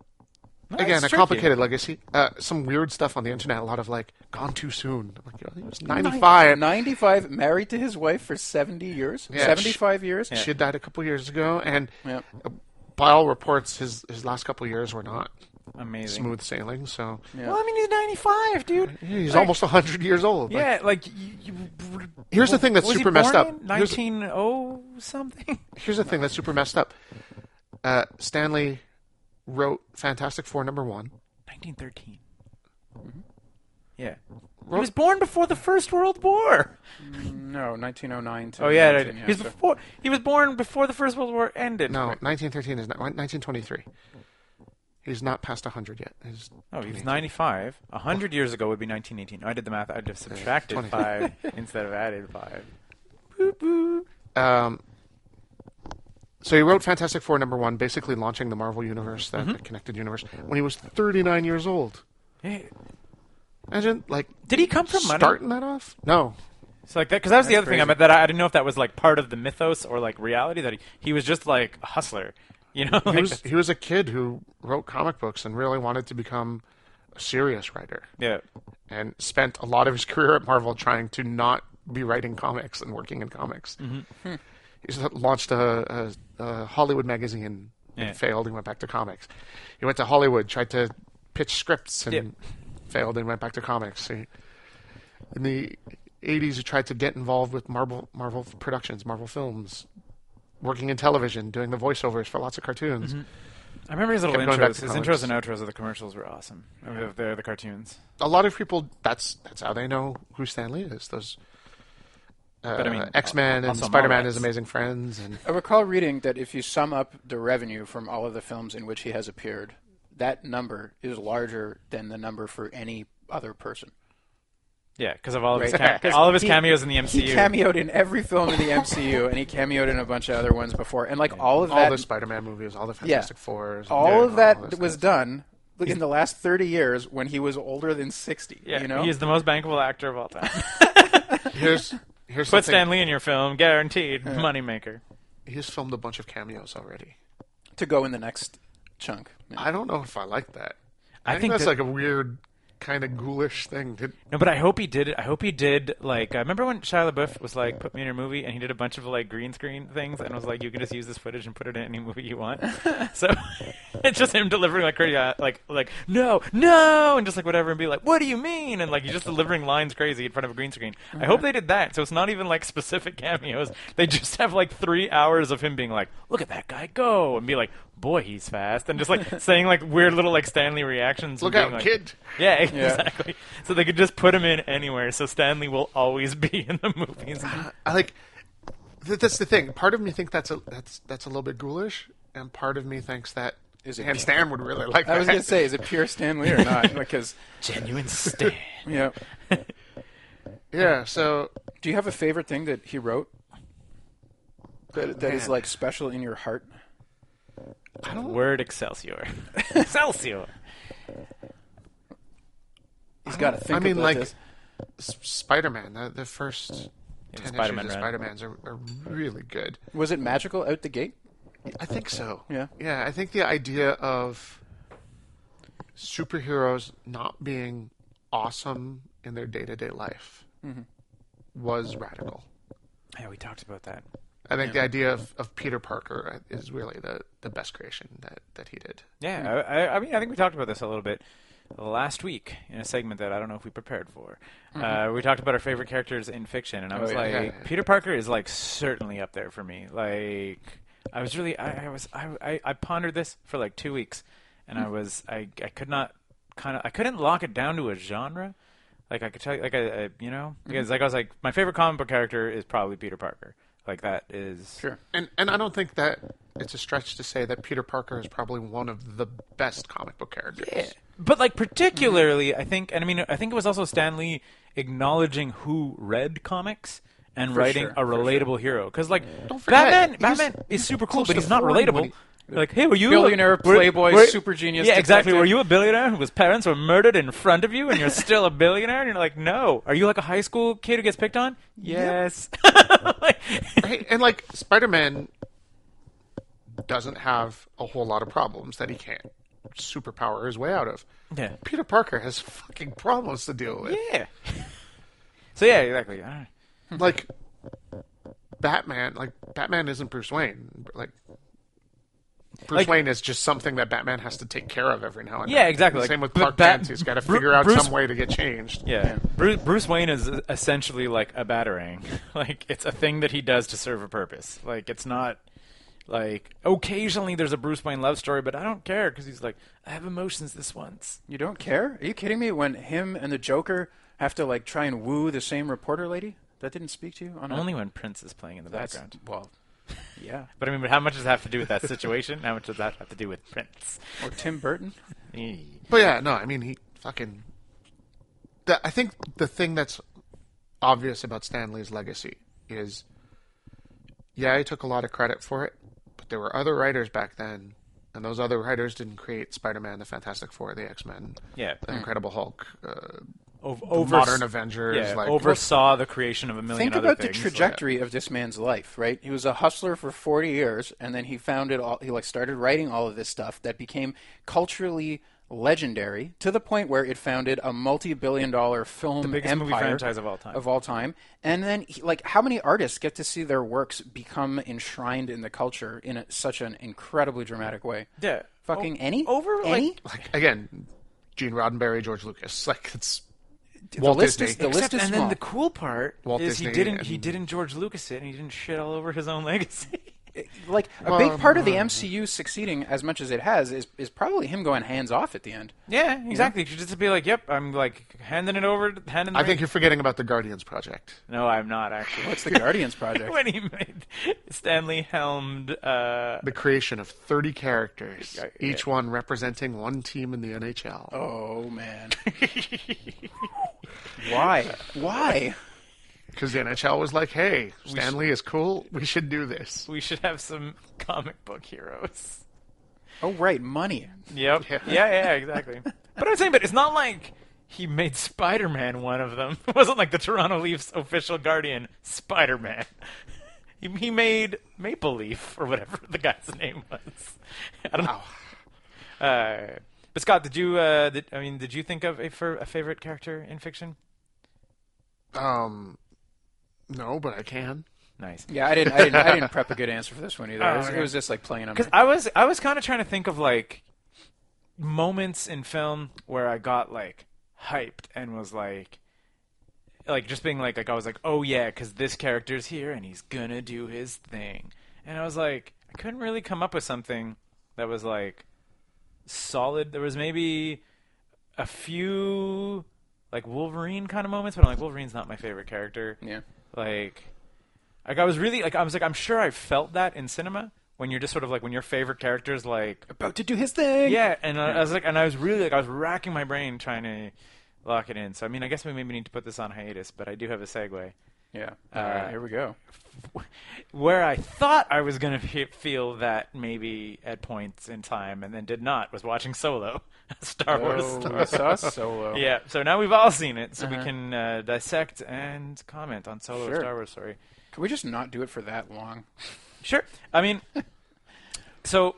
S3: No,
S4: again, a
S3: it's tricky.
S4: complicated legacy. Uh, some weird stuff on the internet. A lot of like, gone too soon. I'm Like, he was 95.
S2: 95, married to his wife for 70 years.
S4: Yeah.
S2: 75 years.
S4: She had died a couple years ago, and
S2: Yeah.
S4: uh, by all reports, his his last couple years were not
S3: Amazing.
S4: smooth sailing. So
S3: Well, I mean, he's 95, dude.
S4: he's
S3: Like,
S4: almost 100 years old. Like,
S3: Yeah, like you, you,
S4: Here's the thing that's
S3: was he
S4: super messed
S3: born
S4: up.
S3: in
S4: Here's-
S3: 1900 something. [laughs]
S4: here's the thing that's super messed up. Uh, Stanley wrote Fantastic Four number one.
S3: 1913. Yeah. He was born before the First World War.
S2: No, 1909 to
S3: Oh yeah,
S2: 19,
S3: he was
S2: so-
S3: before. He was born before the First World War ended.
S4: No, 1913 is not 1923. He's not past 100 yet. He's
S3: Oh, he was 95. 100 years ago would be 1918. I did the math. I just subtracted
S4: 20.
S3: 5 instead of added 5.
S4: um, so he wrote Fantastic Four number one, basically launching the Marvel universe, that
S3: Mm-hmm.
S4: the connected universe, when he was 39 years old.
S3: Hey,
S4: Imagine like
S3: Did he come from money?
S4: starting that off. No,
S3: So like that, because that was the other
S4: That's
S3: thing. I
S4: crazy.
S3: meant that I, I didn't know if that was like part of the mythos or like reality that he, he was just like a hustler, you know? [laughs]
S4: he
S3: like,
S4: was he was a kid who wrote comic books and really wanted to become a serious writer.
S3: yeah,
S4: and spent a lot of his [laughs] career at Marvel trying to not be writing comics and working in comics.
S3: Mm-hmm.
S4: He s- launched a, a, a Hollywood magazine and
S3: Yeah.
S4: failed and went back to comics. He went to Hollywood, tried to pitch scripts and
S3: Yep.
S4: failed and went back to comics. He, in the 80s, he tried to get involved with Marvel, Marvel productions, Marvel films, working in television, doing the voiceovers for lots of cartoons.
S3: Mm-hmm. I remember his little
S4: Kept going back
S3: intros.
S4: to
S3: His
S4: comics.
S3: intros and outros of the commercials were awesome. I mean, they're the cartoons.
S4: a lot of people that's that's how they know who Stanley is. Those uh,
S3: But I mean,
S4: X Men and
S3: also
S4: Spider Man
S3: Mallrats.
S4: is Amazing Friends and
S2: I recall reading that if you sum up the revenue from all of the films in which he has appeared, that number is larger than the number for any other person.
S3: Yeah, because of all of
S2: [laughs]
S3: his
S2: Right.
S3: cam- all of his
S2: He-
S3: cameos in the MCU.
S2: He cameoed in every film in the MCU, and he cameoed in a bunch of other ones before. And like all of
S4: all
S2: that,
S4: the Spider Man movies, all the
S2: Yeah.
S4: Fantastic Fours, and
S2: all of
S4: yeah,
S2: that
S4: all those
S2: was
S4: guys.
S2: done in the last thirty years when he was older than sixty.
S3: yeah,
S2: you know,
S3: he is the most bankable actor of all
S4: [laughs]
S3: time.
S2: [laughs]
S4: Here's here's
S3: Put
S4: something.
S3: Stan Lee in your film, guaranteed moneymaker.
S4: He's filmed a bunch of cameos already.
S2: to go in the next chunk.
S4: I don't know if I like that.
S3: I
S4: I, think,
S3: think
S4: that's
S3: that-
S4: like a weird kind of ghoulish thing. Did,
S3: No, but I hope he did. it. I hope he did. Like, I remember when Shia LaBeouf was like, "Put me in your movie," and he did a bunch of like green screen things, and was like, "You can just use this footage and put it in any movie you want." so [laughs] it's just him delivering like crazy, uh, like like no, no, and just like whatever, and be like, "What do you mean?" and like you're just delivering lines crazy in front of a green screen. I hope they did that. So it's not even like specific [laughs] cameos. They just have like three hours of him being like, "Look at that guy go," and be like, "Boy, he's fast," and just like saying like weird little like Stanley reactions. and
S4: look
S3: being
S4: out,
S3: like-
S4: kid!
S3: [laughs] yeah, exactly. So they could just put him in anywhere. So Stanley will always be [laughs] in the movies.
S4: I like th- that's the thing. Part of me thinks that's a that's that's a little bit ghoulish, and part of me thinks that
S2: Is it-
S4: and Stan would really like that.
S2: I was [laughs] gonna say, is it pure Stanley or not? [laughs] Because
S3: Genuine Stan.
S2: yeah,
S4: [laughs] yeah. So
S2: do you have a favorite thing that he wrote that that is like special in your heart?
S3: Word [laughs] Excelsior. Excelsior.
S2: He's got to think.
S4: I mean,
S2: about
S4: like
S2: this.
S4: Spider Man, the, the first ten
S3: Spider-Man
S4: issues of
S3: ran.
S4: Spider Man's are, are really good.
S2: was it magical out the gate?
S4: I think so.
S2: Yeah.
S4: Yeah, I think the idea of superheroes not being awesome in their day to day life was radical.
S3: Yeah, we talked about that.
S4: I think the idea of, of Peter Parker is really the, the best creation that, that he did.
S3: Yeah, I, I, I mean, I think we talked about this a little bit. last week in a segment that I don't know if we prepared for. Uh, we talked about our favorite characters in fiction, and I was
S2: yeah.
S3: like,
S4: Yeah.
S3: Peter Parker is like certainly up there for me. Like, I was really, I, I was, I, I, I pondered this for like two weeks, and I was, I, I could not kind of, I couldn't lock it down to a genre. Like I could tell, you, like I, I you know, because like I was like, my favorite comic book character is probably Peter Parker. Like that is
S2: Sure.
S4: And and I don't think that it's a stretch to say that Peter Parker is probably one of the best comic book characters.
S3: But like particularly, I think, and I mean, I think it was also Stan Lee acknowledging who read comics and writing
S2: sure,
S3: a
S2: for sure.
S3: relatable hero. Because like
S4: Don't forget,
S3: Batman,
S4: he's
S3: Batman is super cool,
S4: close
S3: but
S4: to
S3: he's not
S4: 40 when
S3: relatable.
S4: he-
S3: like, hey, were you
S2: Billionaire,
S3: were-
S2: playboy,
S3: were-
S2: super genius
S3: Yeah, exactly.
S2: detective?
S3: Were you a billionaire whose parents were murdered in front of you, and you're still a billionaire? And you're like, no. Are you like a high school kid who gets picked on?
S2: [laughs]
S3: Yes. [laughs] Like-
S4: Right? And like Spider Man doesn't have a whole lot of problems that he can't superpower his way out of.
S3: yeah.
S4: Peter Parker has fucking problems to deal with.
S3: Yeah. So yeah, exactly. I don't know.
S4: Like Batman, like Batman isn't Bruce Wayne. Like Bruce
S3: Like-
S4: Wayne is just something that Batman has to take care of every now and
S3: Yeah,
S4: then.
S3: exactly,
S4: The
S3: like,
S4: Same with
S3: but
S4: Clark
S3: Bat-
S4: Kent. He's got to
S3: Bru-
S4: figure out
S3: Bruce-
S4: some way to get changed.
S3: Yeah. Bruce, Bruce Wayne is essentially like a batarang. [laughs] like it's a thing that he does to serve a purpose. Like it's not like occasionally there's a Bruce Wayne love story, but I don't care because he's like I have emotions this once.
S2: You don't care? Are you kidding me? When him and the Joker have to like try and woo the same reporter lady that didn't speak to you on a-
S3: Only when Prince is playing in the
S2: that's
S3: background.
S2: well, yeah.
S3: But I mean, but how much does that have to do with that situation? how much does that have to do with Prince?
S2: Or Tim Burton.
S3: Eh.
S4: But yeah, no, I mean he fucking. The, I think the thing that's obvious about Stanley's legacy is, yeah, he took a lot of credit for it, but there were other writers back then, and those other writers didn't create Spider-Man, the Fantastic Four, the X-Men,
S3: Yeah.
S4: the Incredible Hulk, uh,
S3: O- overs-
S4: modern Avengers,
S3: Yeah,
S4: like
S3: oversaw the creation of a million
S2: Think
S3: other
S2: about the
S3: things.
S2: trajectory of this man's life, right? He was a hustler for 40 years and then he founded all he like started writing all of this stuff that became culturally legendary to the point where it founded a multi-billion dollar film
S3: biggest
S2: empire
S3: movie franchise of all time.
S2: of all time. And then he- like how many artists get to see their works become enshrined in the culture in a, such an incredibly dramatic way?
S3: yeah.
S2: Fucking
S3: O-
S2: any?
S3: over like-
S2: any?
S4: like again, Gene Roddenberry, George Lucas, [laughs] like it's
S2: the
S4: Walt
S2: list
S4: Disney.
S2: is the
S3: Except,
S2: list is
S3: and
S2: small.
S3: then the cool part
S4: Walt
S3: is he
S4: Disney
S3: didn't he
S4: and-
S3: didn't George Lucas it and he didn't shit all over his own legacy. [laughs]
S2: like a
S3: um,
S2: big part of the MCU succeeding as much as it has is is probably him going hands off at the end.
S3: yeah, exactly. Just to be like, yep, I'm like handing it over, to- handing. The
S4: I think
S3: ring-
S4: you're forgetting about the Guardians project.
S3: No, I'm not actually. [laughs]
S2: What's the Guardians project?
S3: when he made Stanley helmed. Uh,
S4: the creation of 30 characters,
S3: Yeah, yeah.
S4: each one representing one team in the NHL.
S2: Oh man. [laughs] Why? Why?
S4: Because the NHL was like, hey, Stanley is cool. We should do this.
S3: we should have some comic book heroes.
S2: Oh right, money.
S3: Yep.
S4: Yeah.
S3: Yeah, yeah, exactly. but I'm saying, but it's not like he made Spider-Man one of them. [laughs] It wasn't like the Toronto Leafs official guardian, Spider-Man. He, he made Maple Leaf or whatever the guy's name was. [laughs] I don't know. Uh, but Scott, did you? Uh, did, I mean, did you think of a, for, a favorite character in fiction?
S4: Um, no, but I can.
S3: Nice.
S2: Yeah, I didn't I didn't I didn't prep a good answer for this one [laughs] either.
S3: Oh,
S2: it, was, it
S3: okay.
S2: was just like playing on
S3: Because
S2: my-
S3: I was I was kind of trying to think of like moments in film where I got like hyped and was like like just being like like I was like oh yeah because this character's here and he's gonna do his thing and I was like I couldn't really come up with something that was like solid. There was maybe a few like Wolverine kind of moments, but I'm like Wolverine's not my favorite character.
S2: Yeah.
S3: Like, like I was really like I was like I'm sure I felt that in cinema when you're just sort of like when your favorite character is like
S2: About to do his thing.
S3: yeah, and I, I was like and I was really like I was racking my brain trying to lock it in. So I mean I guess we maybe need to put this on hiatus, but I do have a segue [laughs]
S2: Yeah. All right, Uh, here we go.
S3: where I thought I was going to fe feel that maybe at points in time, and then did not, was watching Solo, [laughs] a Star Wars.
S2: Oh, we saw Solo.
S3: [laughs]
S2: Uh-huh.
S3: Yeah, so now we've all seen it, so we can uh, dissect and comment on Solo, a
S2: Sure.
S3: Star Wars story.
S2: Can we just not do it for that long?
S3: Sure. I mean, so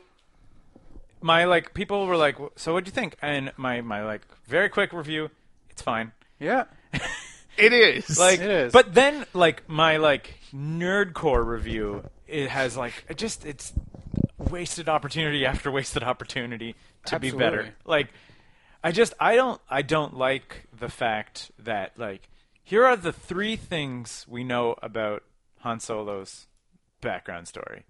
S3: my like people were like, "So what'd you think?" And my my like very quick review, it's fine.
S2: Yeah.
S4: It is.
S3: Like,
S2: It is.
S3: but then like my like nerdcore review, it has like it just it's wasted opportunity after wasted opportunity to be better.
S2: Absolutely.
S3: Like, I just I don't I don't like the fact that like here are the three things we know about Han Solo's background story.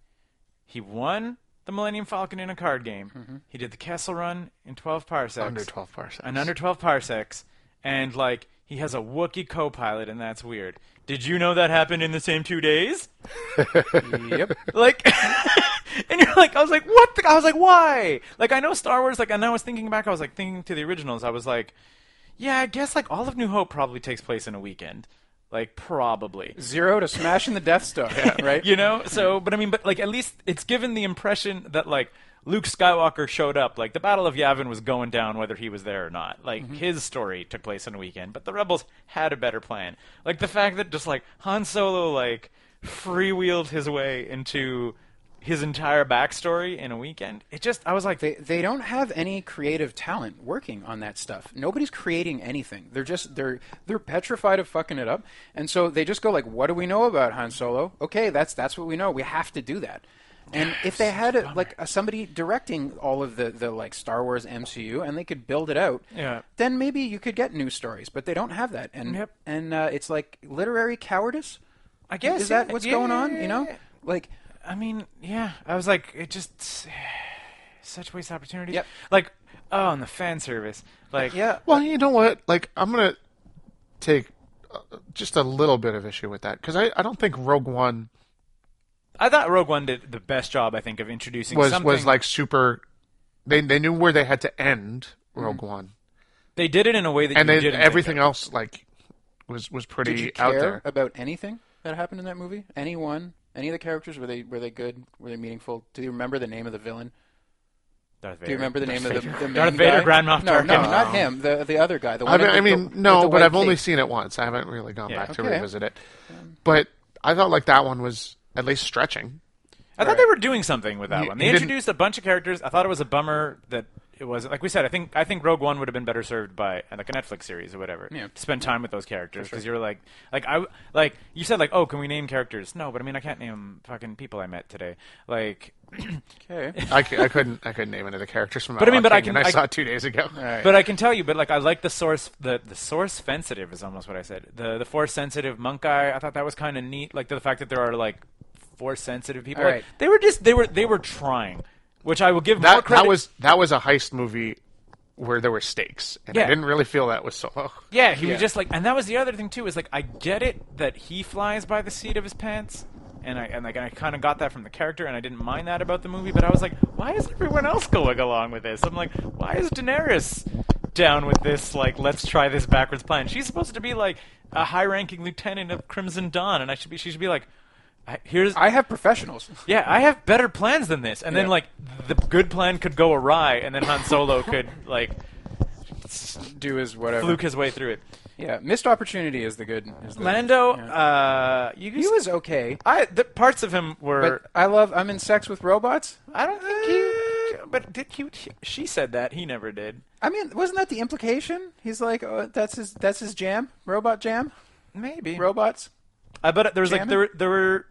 S3: He won the Millennium Falcon in a card game.
S2: Mm-hmm.
S3: He did the Castle Run in 12 parsecs.
S4: Under 12 parsecs.
S3: And under 12 parsecs and like he has a Wookiee co-pilot and that's weird. Did you know that happened in the same 2 days?
S2: yep.
S3: Like, [laughs] and you're like, I was like, what? The? I was like, why? Like, I know Star Wars. Like, and I was thinking back. I was like thinking to the originals. I was like, yeah, I guess like all of New Hope probably takes place in a weekend. Like, probably.
S2: [laughs] Zero to smashing the Death Star, right?
S3: You know. So, but I mean, but like, at least it's given the impression that like Luke Skywalker showed up. Like, the Battle of Yavin was going down whether he was there or not. Like,
S2: Mm-hmm.
S3: his story took place in a weekend. But the Rebels had a better plan. Like the fact that just like Han Solo like freewheeled his way into his entire backstory in a weekend. It just I was like
S2: They they don't have any creative talent working on that stuff. Nobody's creating anything. They're just they're they're petrified of fucking it up. And so they just go like, "What do we know about Han Solo? Okay, that's that's what we know. We have to do that." And
S3: [sighs]
S2: if they had a, like a, somebody directing all of the, the like Star Wars MCU and they could build it out,
S3: Yeah.
S2: then maybe you could get new stories. But they don't have that, and
S3: Yep.
S2: and uh, it's like literary cowardice.
S3: I guess,
S2: is that
S3: yeah,
S2: what's
S3: yeah,
S2: going
S3: yeah,
S2: on? You know,
S3: yeah.
S2: like
S3: I mean, yeah. I was like, it just [sighs] such waste of opportunity.
S2: Yep.
S3: Like, oh, and the fan service. Like,
S2: yeah,
S4: Well, you know what? Like, I'm gonna take uh, just a little bit of issue with that because I, I don't think Rogue One
S3: I thought Rogue One did the best job. I think of introducing
S4: was
S3: something.
S4: was like super. They they knew where they had to end Rogue One,
S3: Mm-hmm. they did it in a way that
S4: and
S3: you
S4: then
S3: didn't
S4: everything
S3: Think
S4: else like was was pretty
S2: Did you care
S4: out there.
S2: about anything that happened in that movie? Anyone? Any of the characters? Were they were they good? Were they meaningful? Do you remember the name of the villain?
S3: of. Darth Vader.
S2: Do you remember the name of the, the main
S3: Darth Vader,
S2: guy?
S3: Grand Moff
S2: No, no,
S3: Tarkin.
S2: not him. The the other guy. The
S4: I
S2: one
S4: mean,
S2: in the-
S4: I mean
S2: the- with
S4: no,
S2: the
S4: but
S2: white
S4: I've only
S2: cape.
S4: seen it once. I haven't really gone
S3: Yeah.
S4: back to
S2: Okay.
S4: revisit it. But I felt like that one was at least stretching.
S3: I thought they were doing something with that
S4: You-
S3: one. They
S4: you didn't-
S3: introduced a bunch of characters. I thought it was a bummer that it wasn't. Like we said, I think I think Rogue One would have been better served by uh, like a Netflix series or whatever.
S2: Yeah.
S3: To spend time with those characters because you're like, like I w- like you said, like oh, can we name characters? No, but I mean, I can't name fucking people I met today. Like,
S2: Okay.
S4: I, c- I couldn't I couldn't name any of the characters from.
S3: But I mean,
S4: Outlaw
S3: but I
S4: King,
S3: can-
S4: and I,
S3: I-
S4: saw it two days ago.
S2: right.
S3: but I can tell you, but like I like the source, the the source sensitive is almost what I said. The the force sensitive monk guy. I thought that was kind of neat. Like the fact that there are like force sensitive people.
S2: All
S3: Like,
S2: right.
S3: they were just they were they were trying, which I will give more
S4: That
S3: credit.
S4: that was that was a heist movie where there were stakes, and I
S3: Yeah.
S4: didn't really feel that was oh. Solo.
S3: Yeah, he
S2: Yeah.
S3: was just like, and that was the other thing too is like, I get it that he flies by the seat of his pants, and I and like and I kind of got that from the character, and I didn't mind that about the movie, but I was like, why is everyone else going along with this? I'm like, why is Daenerys down with this? Like, let's try this backwards plan. She's supposed to be like a high-ranking lieutenant of Crimson Dawn, and I should be. She should be like, I- here's
S2: I have professionals.
S3: yeah, I have better plans than this. And then
S2: Yeah.
S3: like the good plan could go awry, and then Han Solo could like
S2: Do is whatever.
S3: fluke his way through it.
S2: Yeah, missed opportunity is the good. Is the,
S3: Lando,
S2: Yeah.
S3: uh, you
S2: he was okay,
S3: I the parts of him were.
S2: but I love. I'm in sex with robots.
S3: I don't think he. eh, But did he, She said that he never did.
S2: I mean, wasn't that the implication? He's like, oh, that's his that's his jam, robot jam,
S3: Maybe.
S2: robots.
S3: I bet there was like
S2: Jamming?
S3: there were- there were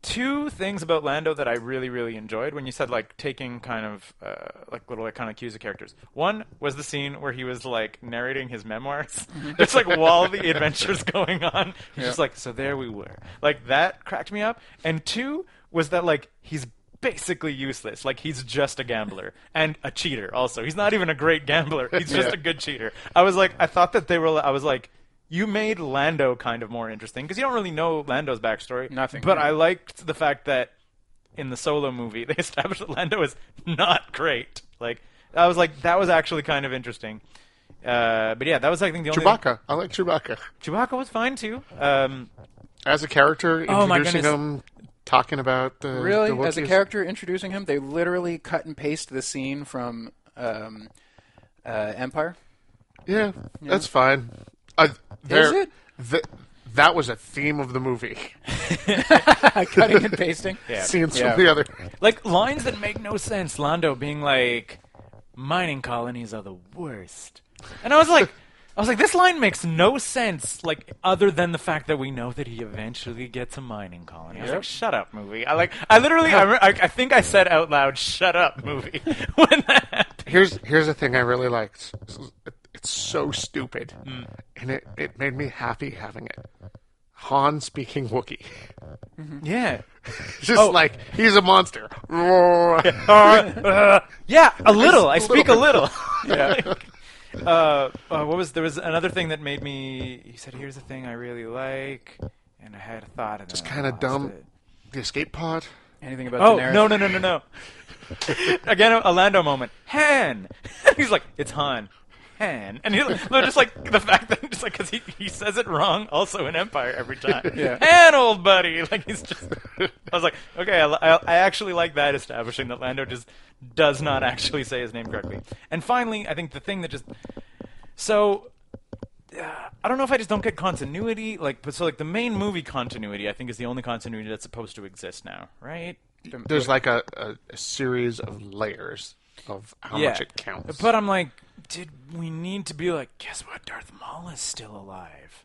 S3: two things about Lando that I really really enjoyed when you said like taking kind of uh, like little like, kind of cues of characters. One was the scene where he was like narrating his memoirs.
S2: Mm-hmm.
S3: it's like while the adventure's going on, he's just like, "So there we were." Like that cracked me up. And two was that like he's basically useless. Like he's just a gambler and a cheater. Also, he's not even a great
S2: [laughs]
S3: gambler. He's just
S4: Yeah.
S3: a good cheater. I was like, I thought that they were. I was like, you made Lando kind of more interesting because you don't really know Lando's backstory.
S2: Nothing,
S3: But
S2: yeah.
S3: I liked the fact that in the Solo movie [laughs] they established that Lando is not great. Like I was like, that was actually kind of interesting. Uh, but yeah, that was I think the only
S4: Chewbacca, I like Chewbacca
S3: Chewbacca was fine too. Um,
S4: as a character,
S3: Oh my
S4: introducing him, talking about the
S2: Really,
S4: the
S2: as a
S4: Wookiees.
S2: character introducing him, they literally cut and paste the scene from um, uh, Empire. [laughs]
S4: Yeah, that's fine. Uh, there,
S2: it?
S4: th- that was a theme of the movie. [laughs]
S2: cutting and pasting.
S3: [laughs] yeah.
S4: Scenes
S2: Yeah.
S4: from the other.
S3: like lines that make no sense. Lando being like, "Mining colonies are the worst," and I was like, [laughs] "I was like, this line makes no sense." Like, other than the fact that we know that he eventually gets a mining colony. I was like, "Shut up, movie!" I like, I literally, I, re- I, I think I said out loud, "Shut up, movie," [laughs] when that happened.
S4: here's here's the thing I really liked. It's so stupid,
S3: Mm.
S4: and it it made me happy having it. Han speaking Wookiee. [laughs]
S3: Yeah.
S4: Just
S3: Oh.
S4: like he's
S3: [laughs]
S4: a monster.
S3: yeah, a little. I speak a little. [laughs]
S2: Yeah.
S3: uh, uh, what was there was another thing that made me. He said, "Here's the thing I really like," and I had a thought. And
S4: Just
S3: then I
S4: kind of
S3: lost
S4: dumb.
S3: it.
S4: The escape pod.
S2: Anything about
S3: Oh
S2: Daenerys?
S3: no no no no no! [laughs]
S4: [laughs]
S3: Again, a Lando moment. Han. [laughs] he's like, it's Han. Han, and he's like, no, just like the fact that just like because he, he says it wrong also in Empire every time.
S2: Yeah.
S3: Han, old buddy. Like he's just. [laughs] I was like, okay, I, li- I, I actually like that establishing that Lando just does not actually say his name correctly. And finally, I think the thing that just so I don't know if I just don't get continuity, like, but so like the main movie continuity, I think, is the only continuity that's supposed to exist now, right?
S4: There's like a, a, a series of layers of how much it counts.
S3: But I'm like, did we need to be like, guess what? Darth Maul is still alive.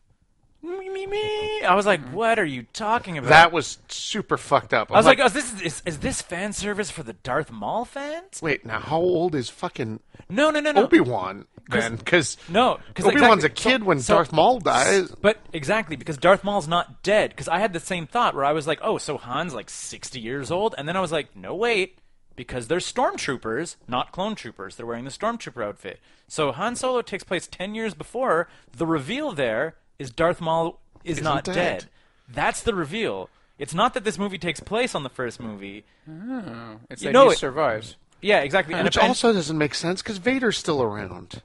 S3: Me me me. I was like, what are you talking about?
S4: Mm-hmm. that was super fucked up.
S3: I was like, oh, is this is, is this fan service for the Darth Maul fans?
S4: wait, now how old is fucking
S3: No, no, no, no.
S4: Obi Wan then? Because
S3: No, because
S4: Obi Wan's a kid when Darth Maul dies.
S3: But exactly because Darth Maul's not dead. Because I had the same thought where I was like, "Oh, so Han's like sixty years old," and then I was like, "No, wait." Because they're stormtroopers, not clone troopers. They're wearing the stormtrooper outfit. So Han Solo takes place ten years before the reveal. There is Darth Maul is not
S4: dead.
S3: dead. That's the reveal. It's not that this movie takes place on the first movie.
S2: It's
S3: You
S2: that
S3: know
S2: he
S3: it-
S2: survives.
S3: Yeah, exactly. And
S4: Which
S3: appa-
S4: also doesn't make sense because Vader's still around.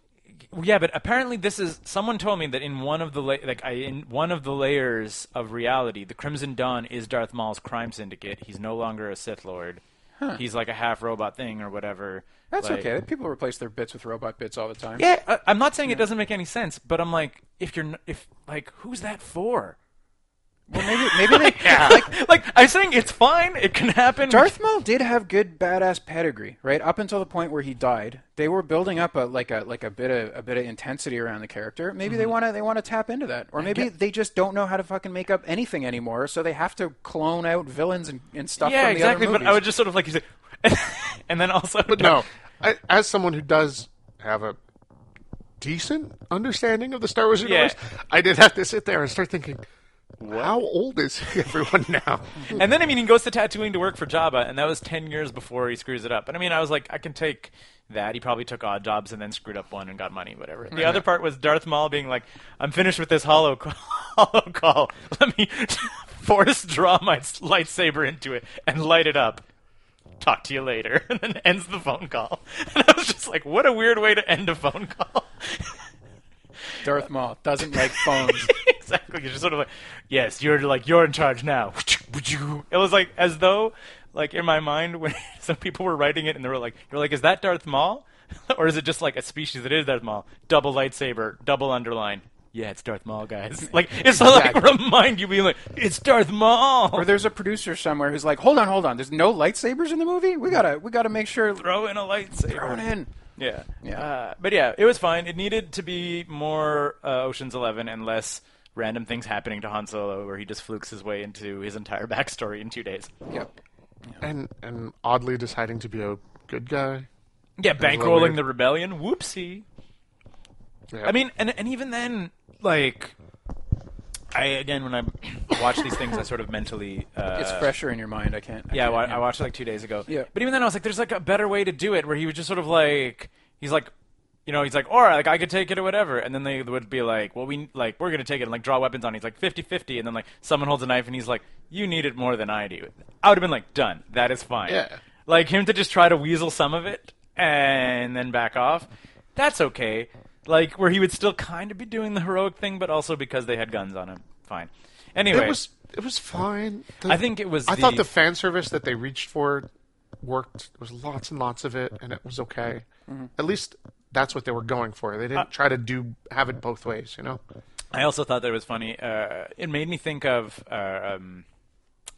S3: Yeah, but apparently this is someone told me that in one of the la- like I, in one of the layers of reality, the Crimson Dawn is Darth Maul's crime syndicate. He's no longer a Sith Lord. He's like a half robot thing or whatever.
S2: That's
S3: Like-
S2: okay. People replace their bits with robot bits all the time.
S3: Yeah, I, I'm not saying it doesn't make any sense, but I'm like, if you're n- if like who's that for?
S2: Well, maybe maybe
S3: [laughs]
S2: they.
S3: like, like I'm saying it's fine. It can
S2: [laughs]
S3: happen.
S2: Darth Maul did have good badass pedigree, right? Up until the point where he died, they were building up a like a like a bit of a bit of intensity around the character. Maybe
S3: Mm-hmm.
S2: they want to they want to tap into that, or maybe they just don't know how to fucking make up anything anymore, so they have to clone out villains and, and stuff.
S3: yeah,
S2: from the other
S3: exactly. But I
S2: movies.
S3: would just sort of like [laughs] you say, and then also
S4: But no, I, as someone who does have a decent understanding of the Star Wars universe, I did have to sit there and start thinking, how old is [laughs] everyone now?
S3: And then I mean, he goes to tattooing to work for Jabba, and that was ten years before he screws it up. And I mean, I was like, I can take that. He probably took odd jobs and then screwed up one and got money, whatever. The other part was Darth Maul being like, "I'm finished with this hollow [laughs] call. hollow call. Let me [laughs] force draw my s- lightsaber into it and light it up." Talk to you later, [laughs] and then ends the phone call. [laughs] And I was just like, "What a weird way to end a phone call." [laughs]
S2: Darth Maul doesn't like phones. [laughs]
S3: [laughs] exactly. You're just sort of like, yes, you're like you're in charge now. It was like as though, like in my mind, when [laughs] some people were writing it and they were like, you're like, is that Darth Maul, [laughs] or is it just like a species that is Darth Maul? Double lightsaber, double underline. Yeah, it's Darth Maul, guys. [laughs] Like it's to like
S4: Exactly.
S3: [laughs] remind you being like, it's Darth Maul.
S2: or there's a producer somewhere who's like, "Hold on, hold on. There's no lightsabers in the movie. We gotta we gotta make sure
S3: throw in a lightsaber.
S2: throw it in."
S3: Yeah.
S2: Yeah.
S3: Uh, but yeah, it was fine. It needed to be more uh, Ocean's Eleven and less random things happening to Han Solo, where he just flukes his way into his entire [laughs] backstory in two days.
S2: Yep.
S4: and and oddly deciding to be a good guy.
S3: Yeah,
S4: little
S3: bankrolling
S4: weird.
S3: the rebellion. Whoopsie.
S4: Yeah.
S3: I mean, and and even then, like, I again when I [clears throat] watch these things, I sort of mentally. Uh,
S2: It's fresher in your mind. I can't.
S3: Yeah, I,
S2: can't-
S3: wa- I watched it like two days ago.
S2: Yeah.
S3: But even then, I was like, there's like a better way to do it where he was just sort of like, he's like, you know, he's like, all right, like I could take it or whatever. And then they would be like, well, we like, we're going to take it and like draw weapons on. it. He's like 50 50. And then like someone holds a knife and he's like, you need it more than I do. I would have been like, done. That is fine.
S4: Yeah.
S3: Like him to just try to weasel some of it and then back off. That's okay. Like where he would still kind of be doing the heroic thing, but also because they had guns on him. Fine. Anyway.
S4: it was it was fine. The-
S3: I think it was
S4: I thought
S3: the-
S4: the fan service that they reached for worked. There was lots and lots of it, and it was okay.
S3: Mm-hmm.
S4: At least that's what they were going for. They
S3: Uh,
S4: didn't try to do have it both ways, you know.
S3: I also thought that it was funny. Uh, it made me think of uh, um,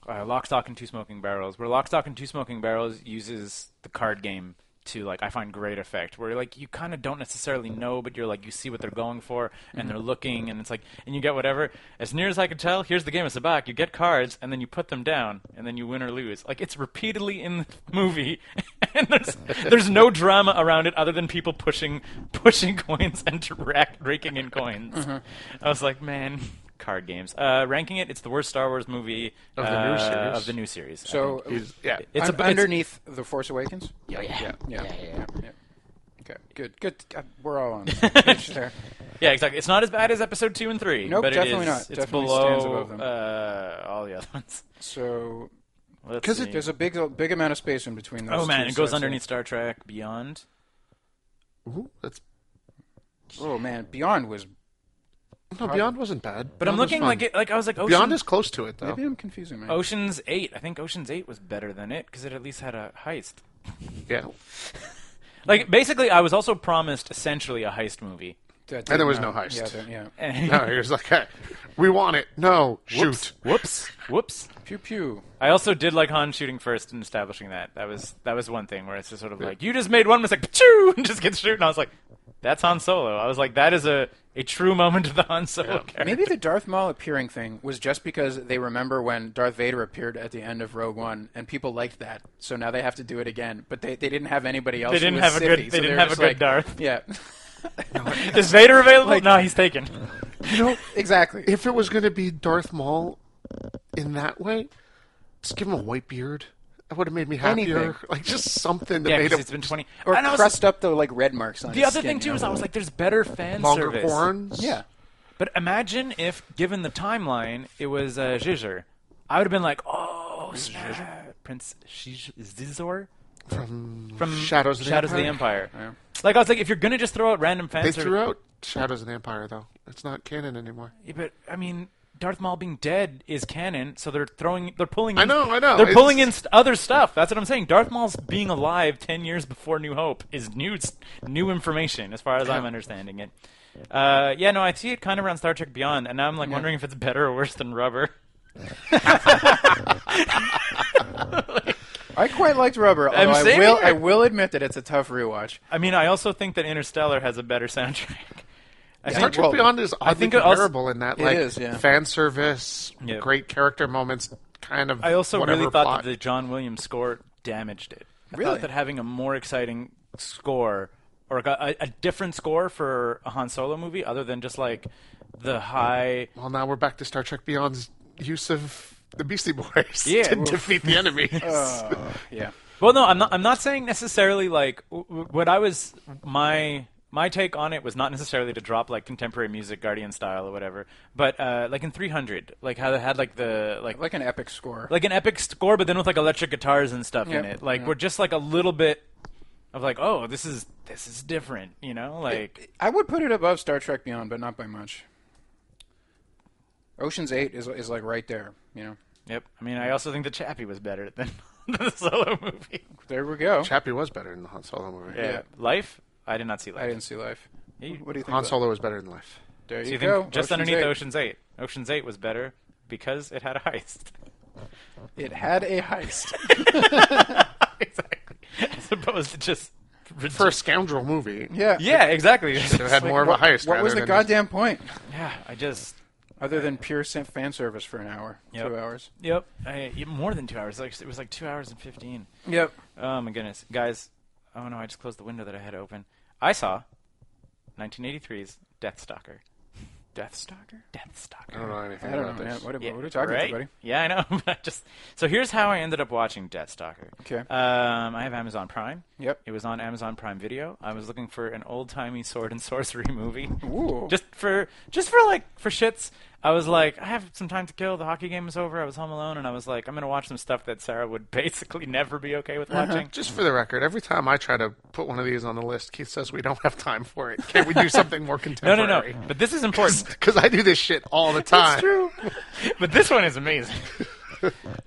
S3: uh, Lock, Stock, and Two Smoking Barrels, where Lock, Stock, and Two Smoking Barrels uses the card game to like I find great effect, where like you kind of don't necessarily know, but you're like you see what they're going for, and they're looking, and it's like, and you get whatever. As near as I could tell, here's the game of Sabak. You get cards, and then you put them down, and then you win or lose. Like it's repeatedly in the [laughs] movie, and and there's, there's no drama around it other than people pushing [laughs] pushing coins and [laughs] rack, raking in coins. I was like, man, [laughs] card games. Uh, ranking it, it's the worst Star Wars movie
S4: Of the new
S3: uh,
S4: series.
S3: of the new series. I
S2: So
S3: think.
S4: He's- yeah.
S3: it's
S2: un-
S3: a- it's-
S2: underneath the Force Awakens.
S3: Oh, yeah. yeah,
S2: Yeah.
S3: yeah, yeah.
S2: yeah. Okay. Good. Good. God, we're all
S3: [laughs]
S2: on the same page
S4: [laughs]
S2: there.
S3: Yeah, exactly. It's not as bad as episode two and three.
S2: Nope,
S3: but it
S2: definitely
S3: is-
S2: not.
S3: It's
S2: Definitely
S3: below
S2: stands above them.
S3: Uh, all the other ones. [laughs]
S2: So
S3: Let's
S4: Because it
S3: see.
S2: there's a big, big amount of space in between those.
S3: oh man,
S2: two,
S3: it
S2: so
S3: goes
S2: it's a-
S3: underneath Star Trek Beyond.
S4: Ooh, that's
S2: oh man, Beyond was.
S4: no. Beyond wasn't bad.
S3: But I'm
S4: Beyond was
S3: looking
S4: fun.
S3: like it, like I was like Ocean,
S4: Beyond is close to it though.
S2: Maybe I'm confusing my.
S3: Ocean's Eight. I think Ocean's Eight was better than it because it at least had a heist.
S4: Yeah. [laughs]
S3: Like basically, I was also promised essentially a heist
S4: [laughs]
S3: movie. [laughs]
S2: That
S4: And there was
S2: didn't-
S4: no heist.
S2: Yeah, there- yeah.
S4: No, he was like, hey, we want it. No, shoot.
S3: Whoops! Whoops!
S2: Pew pew.
S3: I also did like Han shooting first and establishing that. That was that was one thing where it's just sort of like you just made one mistake, pachoo, [laughs] and just gets shoot. And I was like, that's Han Solo. I was like, that is a, a true moment of the Han Solo character.
S2: Maybe the Darth Maul appearing thing was just because they remember when Darth Vader appeared at the end of Rogue One, and people liked that, so now they have to do it again. But they, they didn't have anybody else. who
S3: didn't
S2: was
S3: have a good-
S2: Sith-y,
S3: they
S2: so
S3: didn't
S2: were
S3: have a
S2: just
S3: good
S2: like-
S3: Darth.
S2: Yeah,
S3: [laughs] is Vader available? no, he's taken.
S4: You know,
S2: exactly.
S4: if it was going to be Darth Maul in that way, just give him a white beard. That would have made me happier.
S2: Anything.
S4: [laughs] Like just something that
S3: Yeah,
S4: made
S3: 'cause
S4: him
S3: it's been twenty.
S2: or
S3: and I was-
S2: crust up the like red marks on
S3: the
S2: his
S3: other
S2: skin,
S3: thing
S2: you
S3: too
S2: know?
S3: is I was like, there's better fan
S4: [laughs] longer
S3: service.
S4: horns.
S2: yeah.
S3: But imagine if, given the timeline, it was uh, Zizor. I would have been like, oh, snap. Prince Ziz- Zizor
S4: From
S3: from
S4: Shadows of the
S3: Shadows
S4: Empire.
S3: Empire. Like I was like, if you're gonna just throw out random fan
S4: they
S3: service,
S4: threw out Shadows of the Empire though. It's not canon anymore.
S3: Yeah, but I mean, Darth Maul being dead is canon, so they're throwing, they're pulling. In,
S4: I know, I know.
S3: They're
S4: It's-
S3: pulling in st- other stuff. That's what I'm saying. Darth Maul's being alive ten years before New Hope is new, s- new information, as far as I'm
S4: Yeah.
S3: understanding it. Uh, yeah, no, I see it kind of around Star Trek Beyond, and now I'm like wondering if it's better or worse than
S4: [laughs]
S3: Rubber. [laughs]
S2: I quite liked Rubber. Although I
S3: same
S2: will,
S3: here.
S2: I will admit that it's a tough
S3: [laughs]
S2: rewatch. [laughs]
S3: I mean, I also think that Interstellar has a better soundtrack. I
S4: Star
S3: think,
S4: Trek
S2: well,
S4: Beyond is oddly
S3: think it also-
S4: comparable in that,
S2: It
S4: like
S2: is, yeah.
S4: fan service,
S3: Yeah.
S4: great character moments, kind of.
S3: I also
S4: whatever
S3: really thought
S4: plot.
S3: that the John Williams score damaged it. I
S2: Really?
S3: thought that having a more exciting score or a, a different score for a Han Solo movie, other than just like the high.
S4: Well, now we're back to Star Trek Beyond's use of the Beastie Boys
S3: Yeah.
S4: [laughs] to defeat the enemies.
S2: [laughs] Uh, yeah.
S3: Well, no, I'm not. I'm not saying necessarily like w- w- what I was my. My take on it was not necessarily to drop like contemporary music, Guardian style or whatever, but uh, like in 300, like how they had like the like
S2: Like an epic score.
S3: like an epic score, but then with like electric guitars and stuff in
S2: Yep.
S3: it. Like
S2: Yeah.
S3: we're just like a little bit of like, oh, this is this is different, you know? Like
S2: I would put it above Star Trek Beyond, but not by much. Ocean's Eight is is like right there. You know,
S3: yep. I mean, I also think the Chappie was better than [laughs] the solo movie.
S2: there we go.
S4: Chappie was better than the Han Solo movie.
S3: Yeah. Life. I did not see
S2: I
S3: Life.
S2: didn't see Life.
S3: You-
S2: What do you think?
S4: Han
S2: about-
S4: Solo was better than Life.
S2: There
S3: so
S2: you,
S3: you
S2: go.
S3: think
S2: Ocean's
S3: just underneath
S2: 8.
S3: Ocean's Eight, Ocean's Eight was better because it had a heist.
S2: [laughs]
S3: [laughs]
S2: It had a heist.
S3: [laughs] exactly. As opposed to just
S4: For a scoundrel movie,
S2: [laughs] yeah.
S3: [laughs] Yeah, exactly.
S4: it had more
S2: what,
S4: of a heist.
S2: What
S4: rather
S2: was the
S4: than
S2: goddamn point?
S3: yeah, I just
S2: Other than pure sim- fan service for an hour,
S3: Yep.
S2: two hours.
S3: yep. I, more than two hours. Like it was like two hours and fifteen.
S2: Yep.
S3: Oh my goodness, guys! Oh no, I just closed the window that I had open. I saw 1983's Deathstalker. Deathstalker. Deathstalker.
S4: I don't know anything
S2: I don't
S4: about
S2: know, man.
S4: this.
S2: What,
S3: Yeah,
S2: what Oh, are you talking
S3: right?
S2: about, buddy?
S3: Yeah, I know. [laughs] But I just so here's how I ended up watching Deathstalker.
S2: Okay.
S3: Um, I have Amazon Prime.
S2: Yep.
S3: It was on Amazon Prime Video. I was looking for an old timey sword and [laughs] sorcery movie.
S2: Ooh.
S3: Just for just for like for shits. I was like, I have some time to kill. The hockey game is over. I was home alone, and I was like, I'm gonna watch some stuff that Sarah would [laughs] basically never be okay with
S2: Uh-huh.
S3: watching.
S4: Just for the record, every time I try to put one of these on the list, Keith says we don't have time for it. Can't we [laughs] do something more
S3: No, no, no.
S4: contemporary?
S3: But this
S2: [laughs]
S3: is important.
S4: Because I do this shit all the time.
S3: but this one is amazing.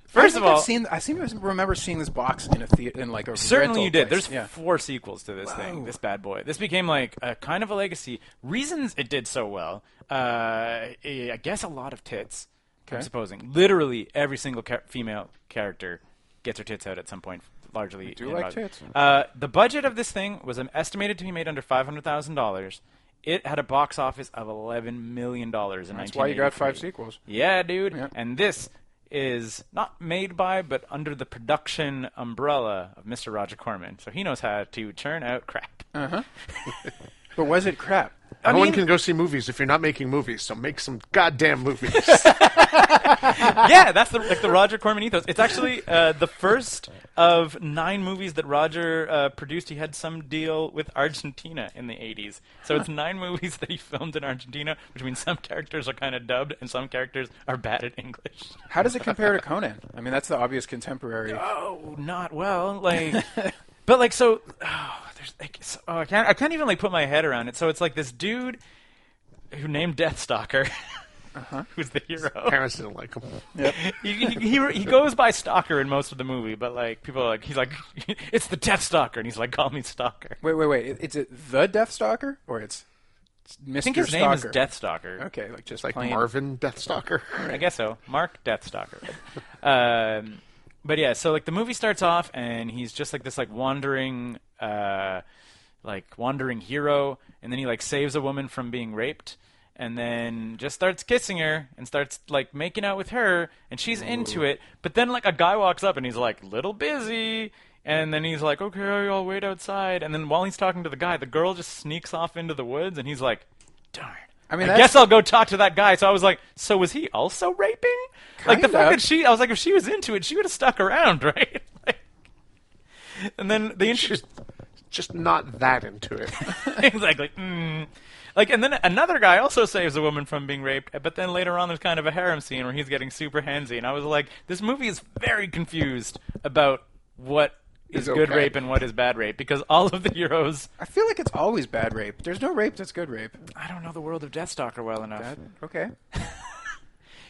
S3: First
S2: I
S3: of
S2: think I've
S3: all,
S2: seen- I seem to remember seeing this box in a theater, in like a
S3: certainly
S2: rental
S3: you did.
S2: place.
S3: There's
S2: yeah.
S3: four sequels to this thing, this bad boy. This became like a kind of a legacy. Reasons it did so well. Uh, eh, I guess a lot of tits. I'm
S2: Okay.
S3: supposing literally every single ca- female character gets her tits out at some point. Largely,
S2: do
S3: in
S2: like
S3: Roger-
S2: tits.
S3: Uh, the budget of this thing was um, estimated to be made under five hundred thousand dollars. It had a box office of eleven million dollars in
S2: That's why you got five
S3: 1983.
S2: sequels.
S3: Yeah, dude. And this is not made by, but under the production umbrella of Mr. Roger Corman. So he knows how to churn out crap.
S2: But was it crap?
S3: I
S4: Uh, no one
S3: mean-
S4: can go see movies if you're not making movies. So make some goddamn [laughs] movies.
S3: [laughs] yeah, that's the like the Roger Corman ethos. It's actually uh, the first of nine movies that Roger uh, produced. He had some deal with Argentina in the '80s, so it's nine movies [laughs] that he filmed in Argentina, which means some characters are kind of dubbed and some characters are bad at English.
S2: How does it compare to Conan? I mean, that's the obvious contemporary.
S3: Oh, not well.
S2: [laughs]
S3: Like, but like so. Oh, there's like so, oh, I can't I can't even like put my head around it. So it's like this dude who named Deathstalker.
S2: Uh-huh.
S3: [laughs] Who's the hero?
S4: Parents didn't like them.
S3: he, he, he, he goes by Stalker in most of the movie, but like people are like [laughs] he's like it's the Death Stalker, and he's like call me Stalker.
S2: Wait, wait, wait. It- It's it the Death Stalker or it's Mr.
S3: I think his
S2: Stalker?
S3: name is Death Stalker.
S2: Okay, like just
S4: Like
S2: plain.
S4: Marvin Deathstalker.
S3: I guess so. Mark Deathstalker. um, but yeah, so like the movie starts off, and he's just like this like wandering, uh, like wandering hero, and then he like saves a woman from being raped, and then just starts kissing her and starts like making out with her, and she's into it. But then like a guy walks up and he's like little busy. And then he's like, "Okay, I'll wait outside." And then while he's talking to the guy, the girl just sneaks off into the woods, and he's like, "Darn!"
S2: I mean,
S3: I
S2: that's-
S3: guess I'll go talk to that guy. So I was like, so was he also raping? like the
S2: Kind
S3: fact
S2: of.
S3: that she, I was like, if she was into it, she would have stuck around, [laughs] right? like, and then the
S4: She's
S3: interest,
S4: just not that
S2: [laughs]
S4: into it.
S3: [laughs] exactly, mm. like, and then another guy also saves a woman from being raped. But then later on, there's kind of a harem scene where he's getting super handsy, and I was like, this movie is very confused about what is
S4: It's
S3: good
S4: okay.
S3: rape and what is bad rape because all of the heroes,
S2: I feel like it's always bad rape. There's no rape that's good rape.
S3: I don't know the world of Deathstalker well enough.
S2: That-
S3: [laughs]
S2: okay.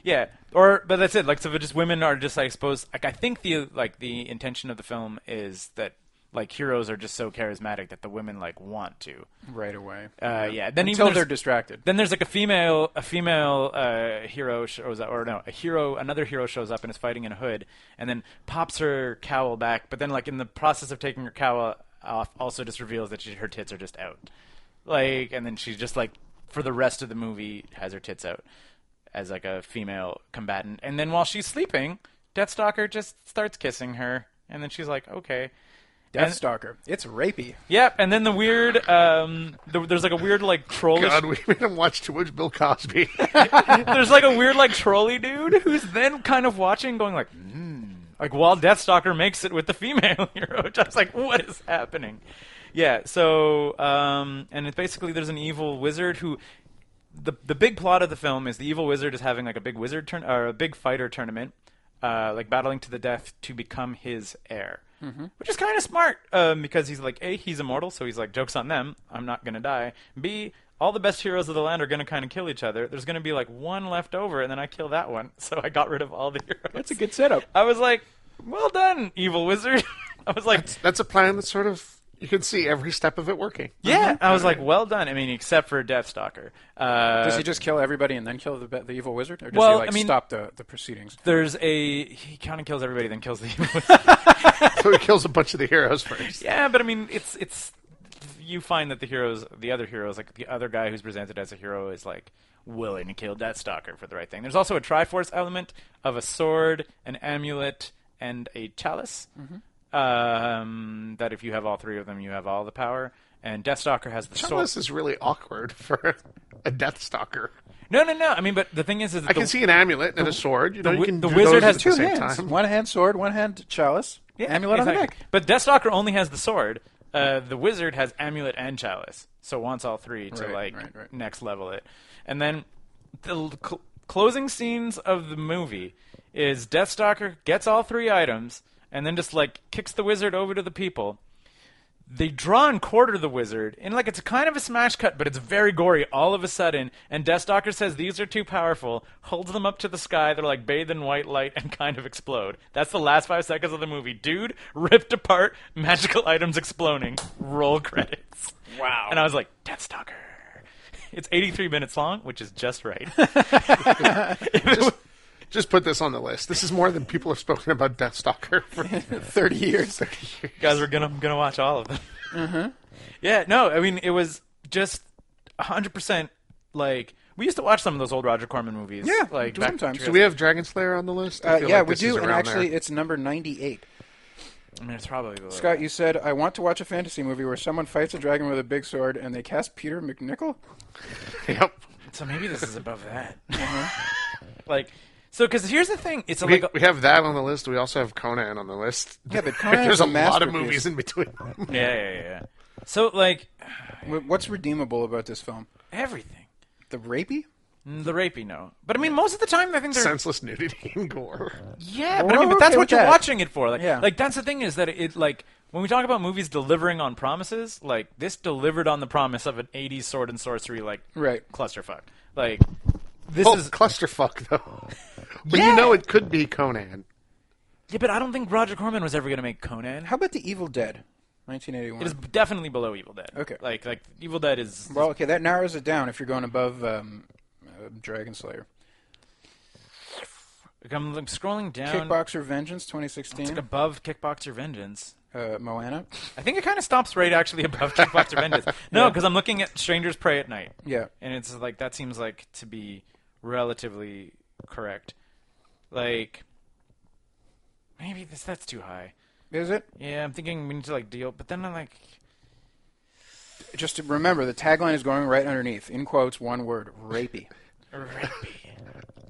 S3: Yeah, or but that's it. Like, so if just women are just, I suppose. Like, I think the like the intention of the film is that like heroes are just so charismatic that the women like want to.
S2: Right away.
S3: Uh, yeah. Then even
S2: Until they're
S3: there's-
S2: distracted.
S3: Then there's like a female, a female uh, hero shows up, or no, a hero, another hero shows up and is fighting in a hood, and then pops her cowl back. But then, like in the process of taking her cowl off, also just reveals that she, her tits are just out. Like, and then she's just like, for the rest of the movie, has her tits out as like a female combatant. And then while she's sleeping, Deathstalker just starts kissing her, and then she's like, okay.
S2: Death
S3: and-
S2: Stalker. It's rapey.
S3: Yep. And then the weird, um, the, there's like a weird like trollish
S4: God, we made him watch too much Bill Cosby. [laughs]
S3: There's like a weird like trolley dude who's then kind of watching, going like, mm. like while Deathstalker makes it with the female [laughs] hero. Which I was like, what is happening? Yeah. So um, and it's basically there's an evil wizard who. The, the big plot of the film is the evil wizard is having like a big wizard turn or a big fighter tournament, uh, like battling to the death to become his heir,
S2: Mm-hmm.
S3: which is kind of smart um, because he's like a he's immortal, so he's like jokes on them. I'm not gonna die. B all the best heroes of the land are going to kind of kill each other. There's going to be like one left over, and then I kill that one. [laughs] So I got rid of all the heroes.
S2: That's a good setup.
S3: I was like, well done, evil wizard. [laughs] I was like,
S4: That's a plan that's sort of you can see every step of it working.
S2: Mm-hmm.
S3: yeah. I was like, well done. I mean, except for Deathstalker. Uh,
S2: Does he just kill everybody and then kill the, the evil wizard, or does
S3: Well,
S2: he like
S3: I mean-
S2: stop the, the proceedings?
S3: there's a he kind of kills everybody, then kills the evil wizard.
S2: [laughs]
S4: So he kills a bunch of the heroes first.
S3: Yeah, but I mean, it's it's you find that the heroes, the other heroes, like the other guy who's presented as a hero, is like willing to kill Deathstalker for the right thing. There's also a Triforce element of a sword, an amulet, and a chalice.
S2: Mm-hmm.
S3: Um, that if you have all three of them, you have all the power. And Deathstalker has the
S4: Some of this
S3: sword.
S4: is really awkward for a Death Stalker.
S3: No, no, no. I mean, but the thing is, is that
S4: I
S3: the-
S4: can see an amulet and a sword. You know, you
S3: wi-
S4: can
S3: the
S4: do
S3: wizard
S4: those
S3: has
S4: at
S3: two
S4: the same
S2: hands.
S4: time.
S2: One hand sword, one hand chalice,
S3: Yeah,
S2: amulet on the
S3: exactly.
S2: neck.
S3: But Deathstalker only has the sword. Uh, the wizard has amulet and chalice, so wants all three to
S2: Right,
S3: like
S2: right, right.
S3: next level it. And then the l- cl- closing scenes of the movie is Deathstalker gets all three items and then just like kicks the wizard over to the people. They draw and quarter the wizard, and like it's kind of a smash cut, but it's very gory all of a sudden. And Deathstalker says these are too powerful, holds them up to the sky. They're like bathed in white light and [laughs] kind of explode. That's the last five seconds of the movie. Dude ripped apart, magical [laughs] items exploding. Roll credits. Wow. And I was like, Deathstalker. [laughs] It's 83 minutes long, which is just right. [laughs]
S4: Just put this on the list. This is more than people have spoken about Death Stalker
S3: [laughs]
S4: for
S2: Thirty
S4: [laughs]
S2: years.
S3: guys were gonna gonna watch [laughs] all of them. Yeah, no, I mean it was just hundred percent like we used to watch some of those old Roger Corman movies.
S2: Yeah,
S3: like
S2: do
S3: back-
S2: sometimes.
S4: Do we have Dragon Slayer on the list? I
S2: Uh,
S4: feel
S2: yeah,
S4: like
S2: we
S4: this is
S2: do, and
S4: around
S2: actually,
S4: there.
S2: it's number ninety-eight.
S3: I mean, it's probably the-
S2: Scott, you said I want to watch a fantasy movie where someone fights a dragon with a big sword, and they cast Peter McNichol.
S4: yep.
S3: So maybe this is above that. [laughs] like, so because here's the thing, it's a,
S4: We,
S3: like a,
S4: we have that on the list. We also have Conan on the list.
S2: Yeah,
S4: [laughs]
S2: but Conan's
S4: there's a
S2: a
S4: lot of
S2: masterpiece.
S4: movies in between. [laughs] them.
S3: [laughs] yeah, yeah, yeah, yeah. So like
S2: Wh- What's redeemable about this film?
S3: everything,
S2: The rapey?
S3: the rapey no, but I mean most of the time I think they're
S4: Senseless nudity and gore.
S3: yeah,
S2: Well,
S3: but I mean
S2: we're
S3: but that's
S2: okay
S3: what
S2: with
S3: you're
S2: that.
S3: watching it for. Like,
S2: Yeah.
S3: like that's the thing is that it like when we talk about movies delivering on promises, like this delivered on the promise of an '80s sword and sorcery like
S2: Right.
S3: clusterfuck. Like this
S4: Oh,
S3: is
S4: clusterfuck though. [laughs] But
S3: Yeah.
S4: you know it could be Conan.
S3: yeah, but I don't think Roger Corman was ever going to make Conan.
S2: How about The Evil Dead, nineteen
S3: It is
S2: eighty-one?
S3: definitely below Evil Dead.
S2: Okay.
S3: like like Evil Dead is
S2: Well, okay, that narrows it down. If you're going above um, uh, Dragon Slayer,
S3: I'm, I'm scrolling down.
S2: Kickboxer Vengeance, twenty
S3: It's
S2: sixteen,
S3: like above Kickboxer Vengeance.
S2: uh, Moana.
S3: I think it kind of stops right actually above
S2: [laughs]
S3: Kickboxer Vengeance. No, because I'm looking at Strangers Pray at Night.
S2: Yeah.
S3: And it's like, that seems like to be relatively correct. Like, maybe this that's too high.
S2: Is it?
S3: Yeah, I'm thinking we need to, like, deal. But then I'm like,
S2: Just to remember, the tagline is going right underneath, in quotes, one word,
S3: [laughs]
S2: rapey.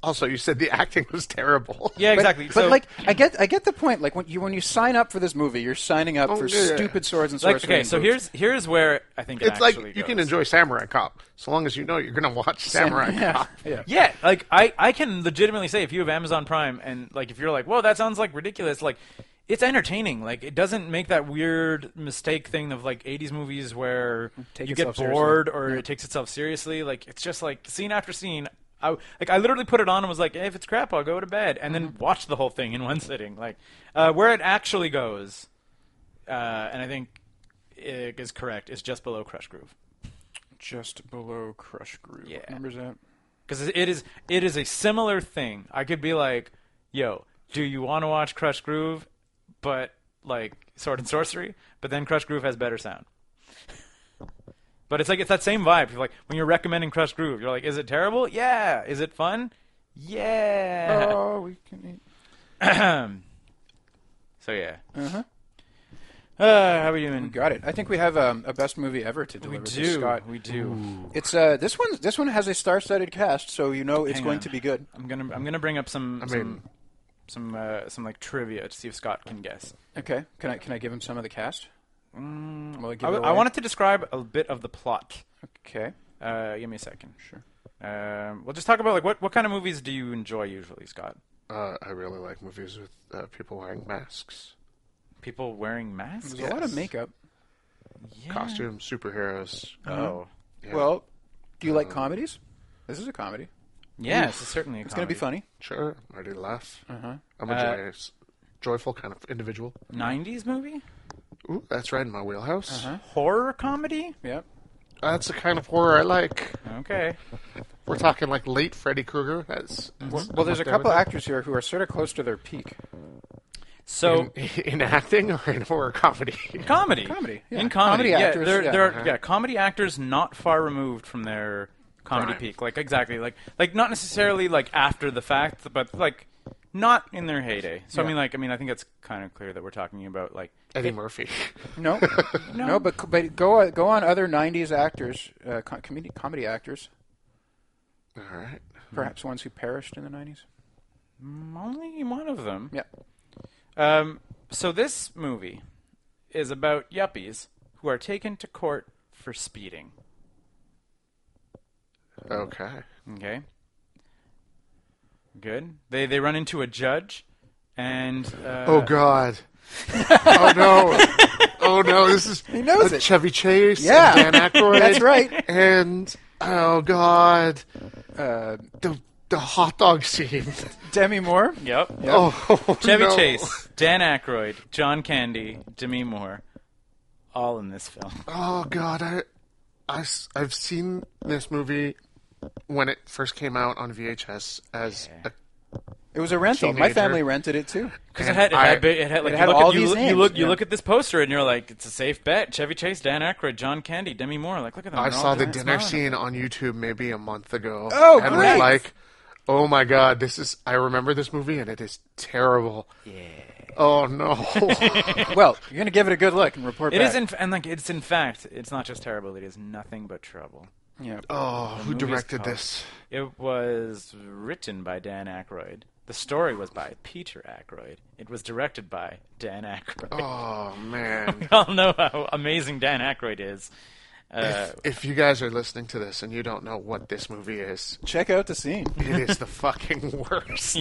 S4: Also, you said the acting was terrible.
S3: yeah,
S2: But-
S3: exactly.
S2: But,
S3: so,
S2: like, I get, I get the point. Like when you when you sign up for this movie, you're signing up
S4: Oh,
S2: for
S4: yeah.
S2: stupid swords and
S3: like,
S2: sorcery.
S3: okay,
S2: and
S3: so
S2: boobs.
S3: here's here's where I think it
S4: It's like
S3: actually
S4: you can
S3: goes.
S4: enjoy Samurai Cop so long as you know you're going to watch Samurai
S2: [laughs] yeah,
S4: Cop.
S3: [laughs]
S2: yeah.
S3: Yeah, like I, I can legitimately say if you have Amazon Prime and like if you're like, whoa, that sounds like ridiculous, like it's entertaining. Like it doesn't make that weird mistake thing of like '80s movies where
S2: Take
S3: you get
S2: itself
S3: bored or it takes itself seriously. Like it's just like scene after scene. I like I literally put it on and was like, hey, if it's crap, I'll go to bed, and then
S2: Mm-hmm.
S3: watch the whole thing in one sitting. Like uh, where it actually goes, uh, and I think it is correct. Is just below Crush Groove.
S2: just below Crush Groove.
S3: Yeah.
S2: What number is
S3: [laughs]
S2: that?
S3: because it is it is a similar thing. I could be like, "Yo, do you want to watch Crush Groove?" But like Sword and Sorcery, but then Crush Groove has better sound. but it's like it's that same vibe. You're like when you're recommending Crush Groove, you're like, "Is it terrible? Yeah. Is it fun? Yeah." Um,
S2: Oh, we can.
S3: so yeah.
S2: Uh-huh.
S3: Uh, how are you doing?
S2: Got it. I think we have um, a best movie ever to deliver.
S3: We
S2: to
S3: do.
S2: Scott.
S3: We do.
S2: It's uh, this one. This one has a star-studded cast, so you know it's
S3: Hang
S2: going
S3: on.
S2: to be good.
S3: I'm gonna I'm gonna bring up some
S4: I
S3: some
S4: mean,
S3: some, uh, some like trivia to see if Scott can guess.
S2: Okay. Can I can I give him some of the cast? Will I, give
S3: Mm, I,
S2: it
S3: I
S2: away?
S3: wanted to describe a bit of the plot.
S2: Okay.
S3: Uh, give me a second.
S2: Sure.
S3: Um, we'll just talk about like what, what kind of movies do you enjoy usually, Scott?
S4: uh, I really like movies with uh, people wearing masks,
S3: People wearing masks?
S2: There's a lot of
S4: Yes.
S2: makeup.
S3: Yeah.
S4: costumes, superheroes.
S2: Uh-huh.
S3: Oh.
S4: Yeah,
S2: Well, do you like comedies? This is a comedy.
S3: Yeah, it's certainly. A
S2: It's going to be funny.
S4: sure. I already laugh.
S2: Uh-huh.
S4: I'm a joyous, joyful kind of individual.
S3: Nineties movie?
S4: Ooh, that's right in my wheelhouse.
S2: Uh-huh.
S3: Horror comedy?
S2: Yeah.
S4: That's the kind of horror I like.
S3: Okay.
S4: We're talking like late Freddy Krueger. That's, that's
S2: Mm-hmm. Well, there's a
S4: I'm
S2: couple
S4: down
S2: actors here who are sort of close to their peak.
S3: So
S4: with that. in, [laughs] in acting or in
S2: [laughs]
S4: horror comedy.
S3: comedy.
S2: Comedy, yeah.
S3: In comedy.
S2: Comedy
S3: yeah,
S2: actors,
S3: There,
S2: yeah.
S3: there are
S4: Uh-huh.
S3: yeah, comedy actors not far removed from their comedy
S4: Prime.
S3: peak. Like exactly. Like like not necessarily like after the fact, but like not in their heyday. So I
S2: Yeah.
S3: mean like I mean I think it's kind of clear that we're talking about like
S4: Eddie Murphy.
S2: No, [laughs] no, but but go go on other '90s actors, uh, co- comedy comedy actors,
S4: All right.
S2: perhaps ones who perished in the '90s.
S3: only one of them.
S2: Yeah,
S3: Um, so this movie is about yuppies who are taken to court for speeding.
S4: Okay.
S3: Okay. Good. They they run into a judge, and uh,
S4: Oh God. oh no. Oh no. This is he
S2: knows it.
S4: Chevy Chase. and
S2: Yeah.
S4: Dan Aykroyd.
S2: That's right.
S4: And oh God,
S2: uh,
S4: the the hot dog scene. [laughs]
S2: Demi Moore.
S3: yep.
S4: Oh
S3: Chevy
S4: no.
S3: Chase, Dan Aykroyd, John Candy, Demi Moore, all in this film.
S4: Oh God. I, I have seen this movie when it first came out on VHS as a
S2: It was a rental. My
S4: Teenager.
S2: family rented it too.
S3: Because it
S4: And
S3: had it
S4: I-
S3: had, ba- it had like
S2: it had
S3: you look
S2: all
S3: at, you,
S2: these
S3: look- you
S2: names,
S3: look you
S2: yeah.
S3: look at this poster and you're like it's a safe bet Chevy Chase Dan Aykroyd John Candy Demi Moore like look at them
S4: I
S3: they're all
S4: saw the
S3: doing it,
S4: dinner
S3: smiling.
S4: scene on YouTube maybe a month ago.
S2: Oh,
S4: and
S2: great.
S4: was like, oh my god, this is. I remember this movie and it is terrible. Yeah. Oh no.
S2: Well, you're gonna give it a good look and report
S3: It
S2: back.
S3: is in f- and like it's in fact it's not just terrible it is nothing but trouble.
S2: Yeah.
S4: oh, who
S3: movie's
S4: directed
S3: tough.
S4: this?
S3: It was written by Dan Aykroyd. The story was by Peter Aykroyd. It was directed by Dan Aykroyd.
S4: Oh man.
S3: [laughs] We all know how amazing Dan Aykroyd is. Uh,
S4: If, if you guys are listening to this and you don't know what this movie is,
S2: Check out the scene.
S4: it is the fucking worst.
S3: Uh,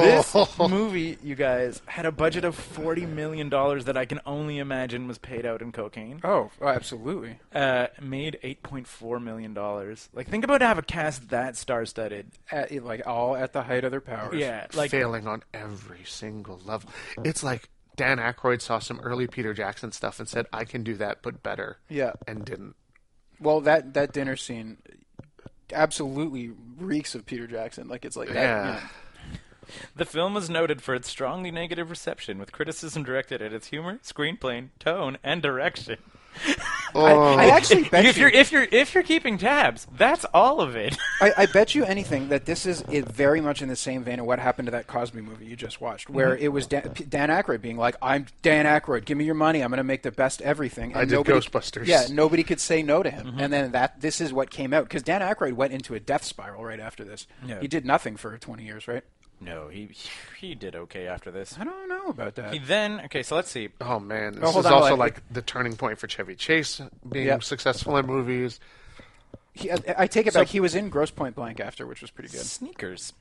S2: [laughs]
S3: this
S4: Oh,
S3: movie, you guys, had a budget of forty million dollars that I can only imagine was paid out in cocaine.
S2: Oh, oh, absolutely.
S3: Uh, made eight point four million dollars. Like, think about to have a cast that star-studded.
S2: At, like all at the height of their powers.
S3: Yeah, like
S4: failing on every single level. It's like Dan Aykroyd saw some early Peter Jackson stuff and said, "I can do that, but better."
S2: Yeah.
S4: and didn't.
S2: Well, that that dinner scene absolutely reeks of Peter Jackson. Like it's like that.
S4: Yeah.
S2: you know.
S3: The film was noted for its strongly negative reception, with criticism directed at its humor, screenplay, tone, and direction.
S4: Oh,
S2: I actually bet
S3: [laughs] if
S2: you.
S3: you're if you're if you're keeping tabs, that's all of it. [laughs]
S2: I, I bet you anything that this is it very much in the same vein of what happened to that Cosby movie you just watched, where
S4: Mm-hmm.
S2: it was Dan, P- Dan Aykroyd being like, "I'm Dan Aykroyd, give me your money, I'm going to make the best everything." And
S4: I did Ghostbusters.
S2: Yeah, nobody could say no to
S3: Mm-hmm.
S2: him, and then that this is what came out because Dan Aykroyd went into a death spiral right after this.
S3: Yeah.
S2: He did nothing for 20 years, right?
S3: no, he he did okay after this.
S2: I don't know about that.
S3: He then okay, so let's see.
S4: oh man, this
S2: hold
S4: is
S2: on,
S4: also
S2: hold on.
S4: like the turning point for Chevy Chase being
S2: Yeah.
S4: successful in movies.
S2: He- I, I take it back. He was in Gross Point Blank after, which was pretty good.
S3: Sneakers.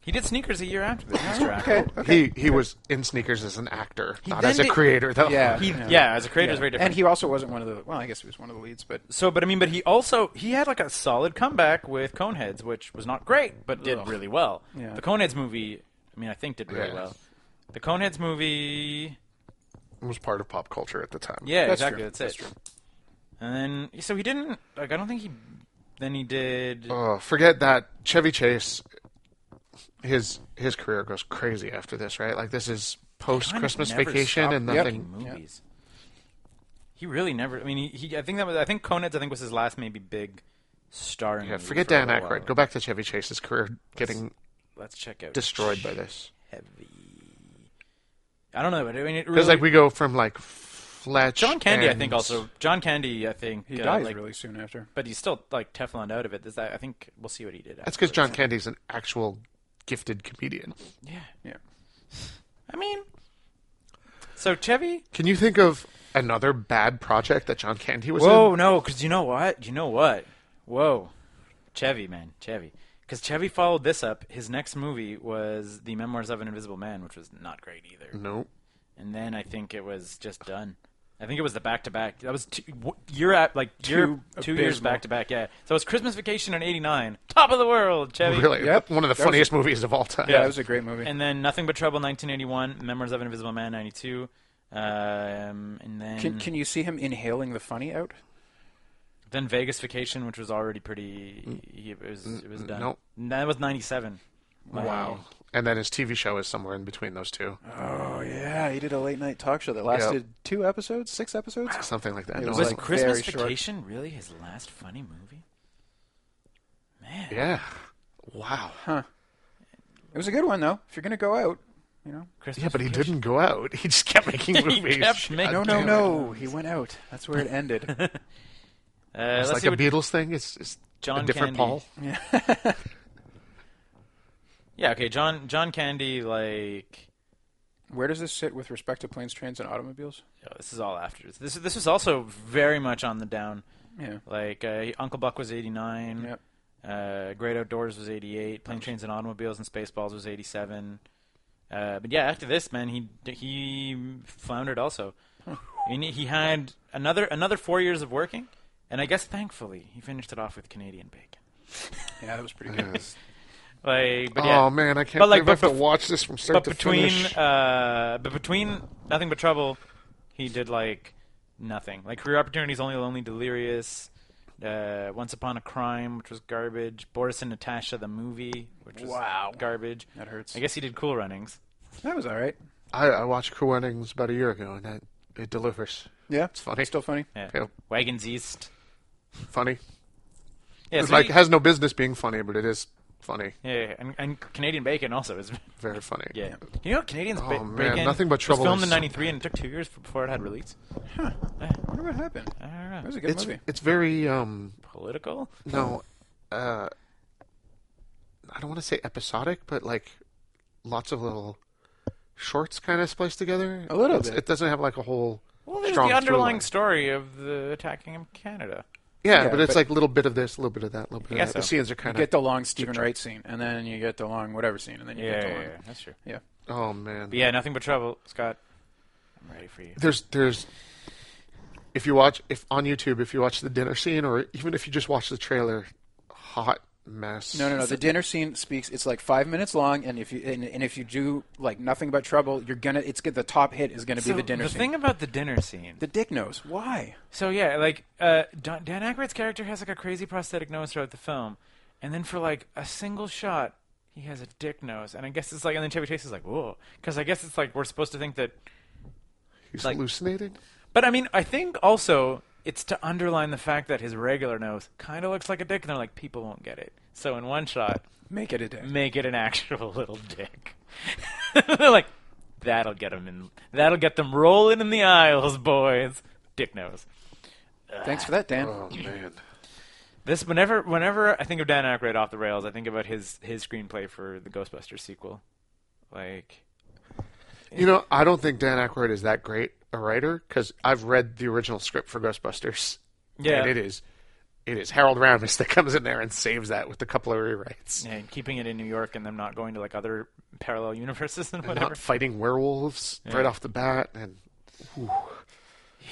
S3: He did sneakers a year after [laughs] this, Mr. Ackroyd.
S2: Okay.
S4: He he was in sneakers as an actor, not
S3: then
S4: as a
S3: did-
S4: creator though. [laughs]
S2: Yeah.
S3: He,
S2: Yeah.
S3: yeah. as a creator, is very different.
S2: And he also wasn't one of the. Well, I guess he was one of the leads, but
S3: So, but I mean, but he also he had like a solid comeback with Coneheads, which was not great, but did really well.
S2: Yeah.
S3: The Coneheads movie, I mean, I think did really
S4: Yeah.
S3: well. The Coneheads movie,
S4: was part of pop culture at the time.
S3: yeah,
S2: That's
S3: exactly,
S2: true.
S3: that's,
S2: That's
S3: it. And then, so he didn't like. I don't think he. Then he did.
S4: Oh, forget that Chevy Chase. His his career goes crazy after this, right? Like this is post Christmas
S3: never
S4: vacation
S3: stopped
S4: and
S2: Yep.
S4: nothing.
S3: movies. He really never. I mean, he, he. I think that was. I think Coneheads. I think was his last maybe big starring.
S4: Yeah,
S3: movie
S4: forget
S3: for a
S4: Dan
S3: little while.
S4: Aykroyd. Go back to Chevy Chase's career getting
S3: Let's check out.
S4: destroyed by this.
S3: Heavy. I don't know, but I mean, it really.
S4: Because like we go from like Fletch.
S3: John Candy, I
S4: and-
S3: think, also John Candy, I think
S2: he
S3: uh,
S2: dies
S3: like-
S2: really soon after.
S3: but he's still like Teflon out of it. Is that- I think we'll see what he did.
S4: That's because John Candy's an actual gifted comedian.
S3: Yeah,
S2: Yeah.
S3: I mean, so Chevy.
S4: Can you think of another bad project that John Candy was
S3: Whoa,
S4: in?
S3: no, because you know what? You know what? Whoa, Chevy, man, Chevy. Because Chevy followed this up. His next movie was The Memoirs of an Invisible Man, which was not great either.
S4: No.
S3: And then I think it was just done. I think it was the back to back. That was two, wh- year at like year
S2: Two
S3: two years
S2: abysmal.
S3: back to back. Yeah. So it was Christmas Vacation in '89. Top of the world, Chevy.
S4: Really,
S2: Yep.
S4: one of the
S2: That was-
S4: funniest movies of all time.
S2: Yeah, that was a great movie.
S3: And then Nothing But Trouble 1981, Memories of an Invisible Man 92. Um, and then
S2: Can can you see him inhaling the funny out?
S3: then Vegas Vacation, which was already pretty.
S4: Mm.
S3: It was it was done.
S4: nope.
S3: And That was 97.
S4: Wow. And then his TV show is somewhere in between those two,
S2: Oh yeah, he did a late night talk show that lasted two episodes, six episodes.
S4: something like that.
S2: It
S4: No,
S2: was
S3: Was
S4: I-
S2: like-
S3: Christmas
S2: very short.
S3: Vacation really his last funny movie? Man.
S4: yeah. Wow.
S2: It was a good one though. If you're gonna go out, you know.
S3: Christmas
S4: Yeah, but he
S3: Vacation.
S4: didn't go out. [laughs] He just kept making
S3: [laughs] He
S4: movies.
S3: kept making-
S2: No,
S4: God
S2: no,
S4: damn it.
S2: no. He went out. That's where it [laughs] ended.
S3: Uh, let's
S4: It's like
S3: see
S4: a
S3: what-
S4: Beatles thing. It's, it's
S3: John
S4: a different
S3: Candy.
S4: Paul.
S3: yeah. Okay. John John Candy like.
S2: where does this sit with respect to planes, trains, and automobiles?
S3: Oh, this is all after. This this was also very much on the down.
S2: Yeah.
S3: Like uh, Uncle Buck was eighty nine.
S2: Yep.
S3: Uh, Great Outdoors was 88. Plane Trains and Automobiles and Spaceballs was 87. Uh, but yeah, after this, man, he he floundered also. and he had another another four years of working, and I guess thankfully he finished it off with Canadian bacon.
S2: Yeah, that was pretty good.
S3: Like, but yeah,
S4: Oh man, I can't
S3: But, like,
S4: believe I have
S3: but
S4: to
S3: bef-
S4: watch this from
S3: but
S4: start to
S3: between
S4: finish.
S3: uh, but between nothing but trouble, he did like nothing. Like career opportunities, only lonely, delirious. uh, Once Upon a Crime, which was garbage. Boris and Natasha, the movie, which was
S2: Wow.
S3: garbage.
S2: That hurts.
S3: I guess he did Cool Runnings.
S2: That was all right.
S4: I, I watched Cool Runnings about a year ago, and that it delivers.
S2: Yeah, it's
S4: funny.
S2: Still funny.
S3: Yeah.
S4: Yeah.
S3: Wagons East.
S4: Funny.
S3: Yeah,
S4: It's
S3: so
S4: like
S3: he-
S4: has no business being funny, but it is funny.
S3: yeah, yeah, and, and Canadian Bacon also is.
S4: Very funny.
S3: Yeah. You know, Canadians
S4: Oh,
S3: ba-
S4: man,
S3: Bacon
S4: nothing but trouble
S3: was filmed
S4: is-
S3: in '93 and it took two years f- before it had release.
S2: I wonder what happened.
S3: I don't know.
S2: That was a good
S4: It's
S2: movie.
S4: it's very um
S3: Political?
S4: no uh I don't want to say episodic, but like lots of little shorts kind of spliced together.
S2: A little
S4: It's-
S2: bit.
S4: It doesn't have like a whole
S3: Well, there's
S4: strong
S3: the
S4: through
S3: underlying
S4: line.
S3: story of the attacking of Canada.
S4: Yeah,
S2: Yeah,
S4: but it's
S2: but-
S4: like a little bit of this, a little bit of that, a little bit of
S3: guess
S4: that. The
S3: so.
S4: scenes are
S2: You
S4: kind of
S2: get the long Stephen Wright scene, and then you get the long whatever scene, and then you
S3: Yeah,
S2: get the
S3: yeah,
S2: long.
S3: yeah, that's true.
S2: Yeah.
S4: oh man.
S3: But yeah, nothing but trouble, Scott. I'm ready for you.
S4: There's there's if you watch if on YouTube if you watch the dinner scene or even if you just watch the trailer, hot mess.
S2: No, no, no. The dinner scene speaks. It's like five minutes long, and if you and, and if you do like nothing about trouble, you're gonna. It's get the top hit is gonna
S3: So
S2: be the dinner scene.
S3: thing about the dinner scene.
S2: the dick knows why.
S3: So yeah, like uh, Don, Dan Aykroyd's character has like a crazy prosthetic nose throughout the film, and then for like a single shot, he has a dick nose, and I guess it's like, and then Chevy Chase is like, whoa, because I guess it's like we're supposed to think that.
S4: He's
S3: like-
S4: hallucinated.
S3: But I mean, I think also it's to underline the fact that his regular nose kind of looks like a dick, and they're like, people won't get it. So in one shot,
S2: Make it a dick.
S3: make it an actual [laughs] little dick. They're like, that'll get them in. That'll get them rolling in the aisles, boys. Dick nose.
S2: Thanks for that, Dan.
S4: Oh man.
S3: This whenever whenever I think of Dan Aykroyd off the rails, I think about his his screenplay for the Ghostbusters sequel. Like,
S4: You know, I don't think Dan Aykroyd is that great a writer because I've read the original script for Ghostbusters.
S3: Yeah.
S4: and it is, it is Harold Ramis that comes in there and saves that with a couple of rewrites.
S3: and keeping it in New York and them not going to like other parallel universes [laughs] and whatever.
S4: Not fighting werewolves right off the bat, and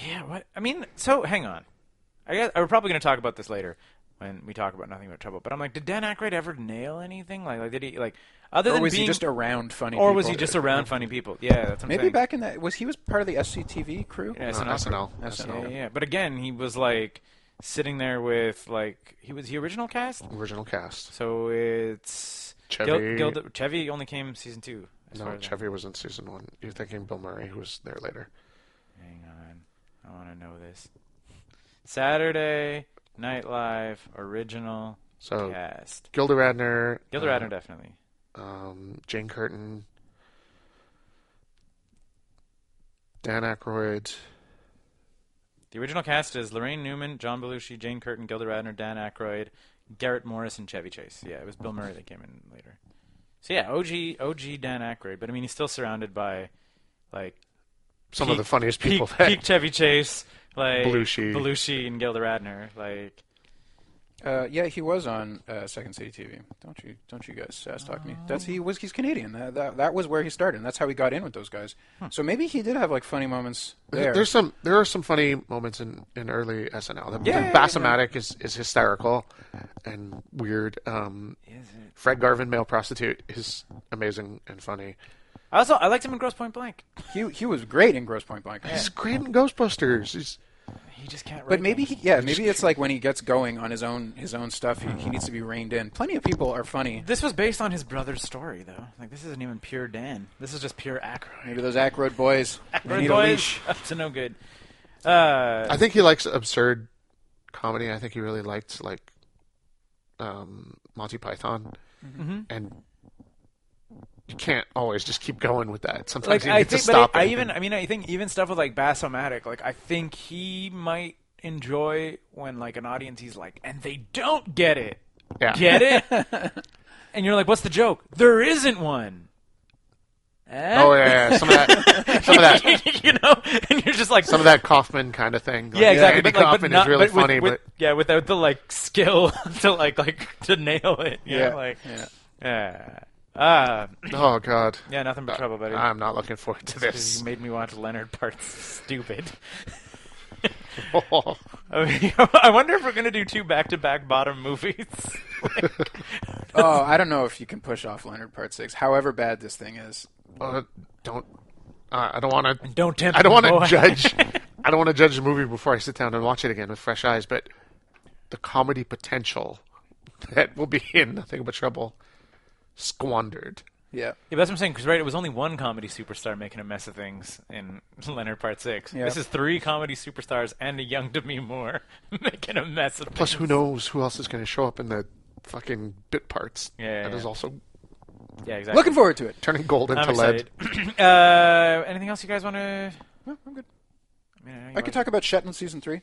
S3: Yeah, what I mean, so hang on. I guess we're probably going to talk about this later when we talk about nothing but trouble. But I'm like, did Dan Aykroyd ever nail anything? Like, like did he like other
S2: Or
S3: than
S2: was
S3: being
S2: he just around funny?
S3: or was
S2: people?
S3: he just around funny people? Yeah, that's what I'm
S2: Maybe
S3: saying.
S2: back in that was he was part of the SCTV crew.
S3: Yeah,
S4: No,
S3: SNL.
S4: SNL.
S2: SNL.
S3: Yeah, yeah, but again, he was like sitting there with like he was the original cast.
S4: original cast.
S3: So it's
S4: Chevy.
S3: Gil- Gilda- Chevy only came season two. as far
S4: No,
S3: as I-
S4: Chevy was in season one. You're thinking Bill Murray, who was there later.
S3: Hang on, I want to know this. Saturday Night Live original
S4: So
S3: cast.
S4: Gilda Radner,
S3: Gilda
S4: uh,
S3: Radner definitely.
S4: um, Jane Curtin, Dan Aykroyd.
S3: The original cast is Lorraine Newman, John Belushi, Jane Curtin, Gilda Radner, Dan Aykroyd, Garrett Morris, and Chevy Chase. Yeah, it was Bill Murray that came in later. So yeah, OG OG Dan Aykroyd, but I mean he's still surrounded by like
S4: Some of
S3: Peak-
S4: the funniest people.
S3: peak,
S4: that-
S3: peak Chevy Chase, like
S4: Belushi.
S3: Belushi and Gilda Radner, like
S2: Uh, yeah, he was on uh, Second City TV. Don't you, don't you guys sass talk me? That's he was. He's Canadian. That, that that was where he started. and That's how he got in with those guys. So maybe he did have like funny moments there.
S4: There's some there are some funny moments in, in early SNL. The,
S3: Yeah,
S4: the
S3: yeah,
S4: Bassomatic is, is hysterical and weird. Um, Fred Garvin, male prostitute, is amazing and funny.
S3: I also I liked him in Gross Point Blank.
S2: he he was great in Gross Point Blank.
S4: He's great in Ghostbusters. He's,
S3: He just can't.
S2: But maybe he, yeah, maybe it's like when he gets going on his own his own stuff, he, he needs to be reined in. Plenty of people are funny.
S3: this was based on his brother's story, though. Like this isn't even pure Dan. This is just pure Aykroyd.
S2: Maybe those Ackroyd
S3: [laughs]
S2: boys they need
S3: Aykroyd
S2: a
S3: boys
S2: leash.
S3: up to no good. Uh,
S4: I think he likes absurd comedy. I think he really liked like um, Monty Python,
S3: Mm-hmm.
S4: and you can't always just keep going with that.
S3: like
S4: Sometimes you
S3: I
S4: need to
S3: think,
S4: stop.
S3: but I, I
S4: it.
S3: even I mean I think even stuff with like Bassomatic, like I think he might enjoy when like an audience he's like, and they don't get it,
S4: yeah.
S3: get
S4: [laughs]
S3: it, and you're like, what's the joke? There isn't one. Eh?
S4: Oh yeah, yeah, some of
S3: [laughs]
S4: that, some of that,
S3: you know, and you're just like,
S4: some of that Kaufman kind of thing. Like,
S3: yeah, exactly.
S4: Andy
S3: But, like,
S4: Kaufman
S3: but not,
S4: is really
S3: but with-
S4: funny,
S3: with- yeah, without the like skill [laughs] to like like to nail it. You
S2: Yeah,
S3: know, like
S2: yeah.
S3: yeah. Uh,
S4: but oh god,
S3: yeah, nothing but trouble, buddy.
S4: I'm not looking forward to
S3: Because
S4: this.
S3: you made me watch Leonard Parts [laughs] stupid.
S4: [laughs] Oh,
S3: I mean, [laughs] I wonder if we're gonna do two back-to-back bottom movies. Like,
S2: Oh, I don't know if you can push off Leonard Part Six. However bad this thing is,
S4: uh, don't. Uh, I don't want to.
S3: [laughs] don't tempt. [laughs]
S4: I don't
S3: me,
S4: want
S3: boy.
S4: to judge. I don't want to judge the movie before I sit down and watch it again with fresh eyes. But the comedy potential that will be in Nothing But Trouble squandered.
S2: Yeah.
S3: Yeah, but that's what I'm saying. Because right, it was only one comedy superstar making a mess of things in [laughs] Leonard Part Six.
S2: Yeah.
S3: This is three comedy superstars and a young Demi Moore [laughs] making a mess of.
S4: Plus,
S3: things.
S4: who knows who else is going to show up in the fucking bit parts?
S3: Yeah,
S4: that
S3: yeah,
S4: is
S3: yeah.
S4: also
S3: Yeah, exactly.
S2: Looking forward to it.
S4: turning gold into
S3: I'm
S4: lead.
S3: excited. [clears throat] uh, anything else you guys want to?
S2: No, I'm good.
S3: I, mean, know you
S2: I could
S3: wanna-
S2: talk about Shetland season three,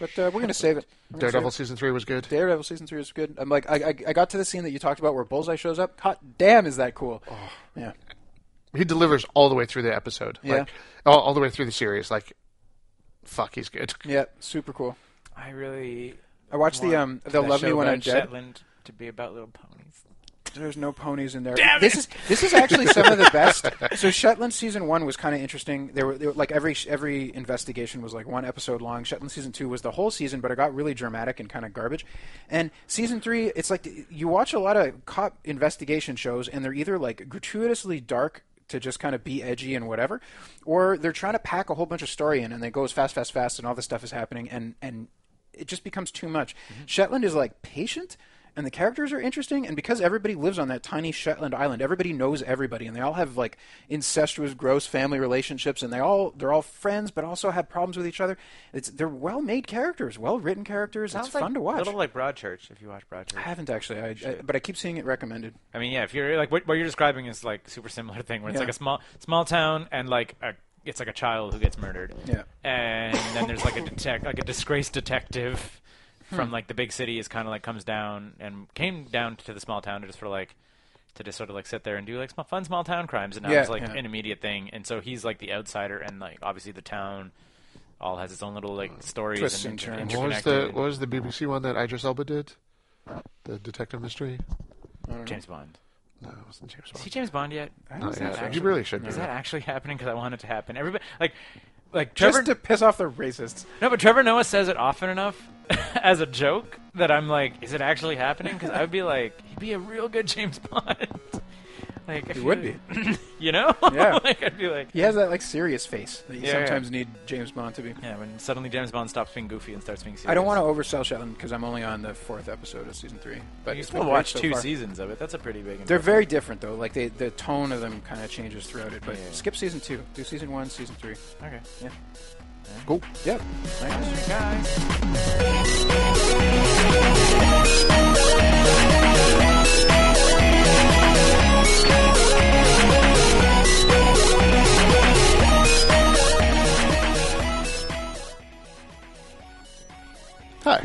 S2: but uh,
S3: [laughs]
S2: we're gonna save it. We're gonna
S4: Daredevil
S2: save
S4: season three was good.
S2: it. Daredevil season three is good. I'm like, I, I, I got to the scene that you talked about where Bullseye shows up. Hot damn, is that cool? Yeah.
S4: He delivers all the way through the episode. Like,
S2: Yeah.
S4: all, all the way through the series. Like, fuck, he's good.
S2: Yeah. Super cool.
S3: I really.
S2: I watched the
S3: want
S2: um. They'll
S3: that
S2: love me
S3: show
S2: when
S3: about
S2: I'm dead.
S3: Shetland to be about little ponies.
S2: There's no ponies in there. this is this is actually some of the best. [laughs] So Shetland season one was kind of interesting. There were, there were like every every investigation was like one episode long. Shetland season two was the whole season, but it got really dramatic and kind of garbage. And season three, it's like you watch a lot of cop investigation shows, and they're either like gratuitously dark to just kind of be edgy and whatever, or they're trying to pack a whole bunch of story in, and they go as fast, fast, fast, and all this stuff is happening, and and it just becomes too much.
S3: Mm-hmm.
S2: Shetland is like patient, and the characters are interesting, and because everybody lives on that tiny Shetland island, everybody knows everybody, and they all have like incestuous, gross family relationships, and they all they're all friends, but also have problems with each other. It's they're well made characters, well written characters. it's fun to watch.
S3: A little like Broadchurch, if you watch
S2: I
S3: Broadchurch.
S2: haven't actually, I, I, but I keep seeing it recommended.
S3: I mean, yeah, if you're like what, what you're describing is like super similar thing where it's
S2: Yeah.
S3: like a small small town and like a it's like a child who gets murdered.
S2: Yeah.
S3: And then there's like a detect like a disgraced detective
S2: Hmm.
S3: from like the big city is kind of like comes down and came down to the small town to just sort of like to just sort of like sit there and do like small, fun small town crimes and now
S2: Yeah,
S3: it's like
S2: yeah.
S3: an immediate thing and so he's like the outsider and like obviously the town all has its own little like stories
S2: Twists
S3: and,
S2: and turns.
S3: inter-
S4: What was
S3: interconnected.
S4: the What was the BBC one that Idris Elba did? The detective mystery.
S3: James Bond?
S4: No, it wasn't James
S3: Is
S4: Bond.
S3: he James Bond yet?
S4: Not
S2: Is that
S4: yet.
S2: actually-
S4: you really should.
S3: Is
S4: be.
S3: that actually [laughs] happening? Because I want it to happen. Everybody, like, like Trevor.
S2: Hmm. Just to piss off the racists.
S3: no, but Trevor Noah says it often enough [laughs] as a joke that I'm like, is it actually happening? Because I'd be like, he'd be a real good James [laughs] Bond. like,
S2: He would be.
S3: You know? [laughs]
S2: Yeah.
S3: like, I'd be like.
S2: He has that like serious face that you
S3: Yeah,
S2: sometimes need James Bond to be.
S3: Yeah, when suddenly James Bond stops being goofy and starts being serious.
S2: I don't want to oversell Shetland because I'm only on the fourth episode of season three. But
S3: You
S2: it's
S3: still
S2: been
S3: watch
S2: great so
S3: two
S2: far.
S3: seasons of it. That's a pretty big.
S2: They're
S3: investment.
S2: very different though. Like they, the tone of them kind of changes throughout it. But
S3: Yeah.
S2: skip season two, do season one, season three.
S3: okay.
S4: Cool.
S2: Yep. Nice.
S3: Guys.
S4: Hi.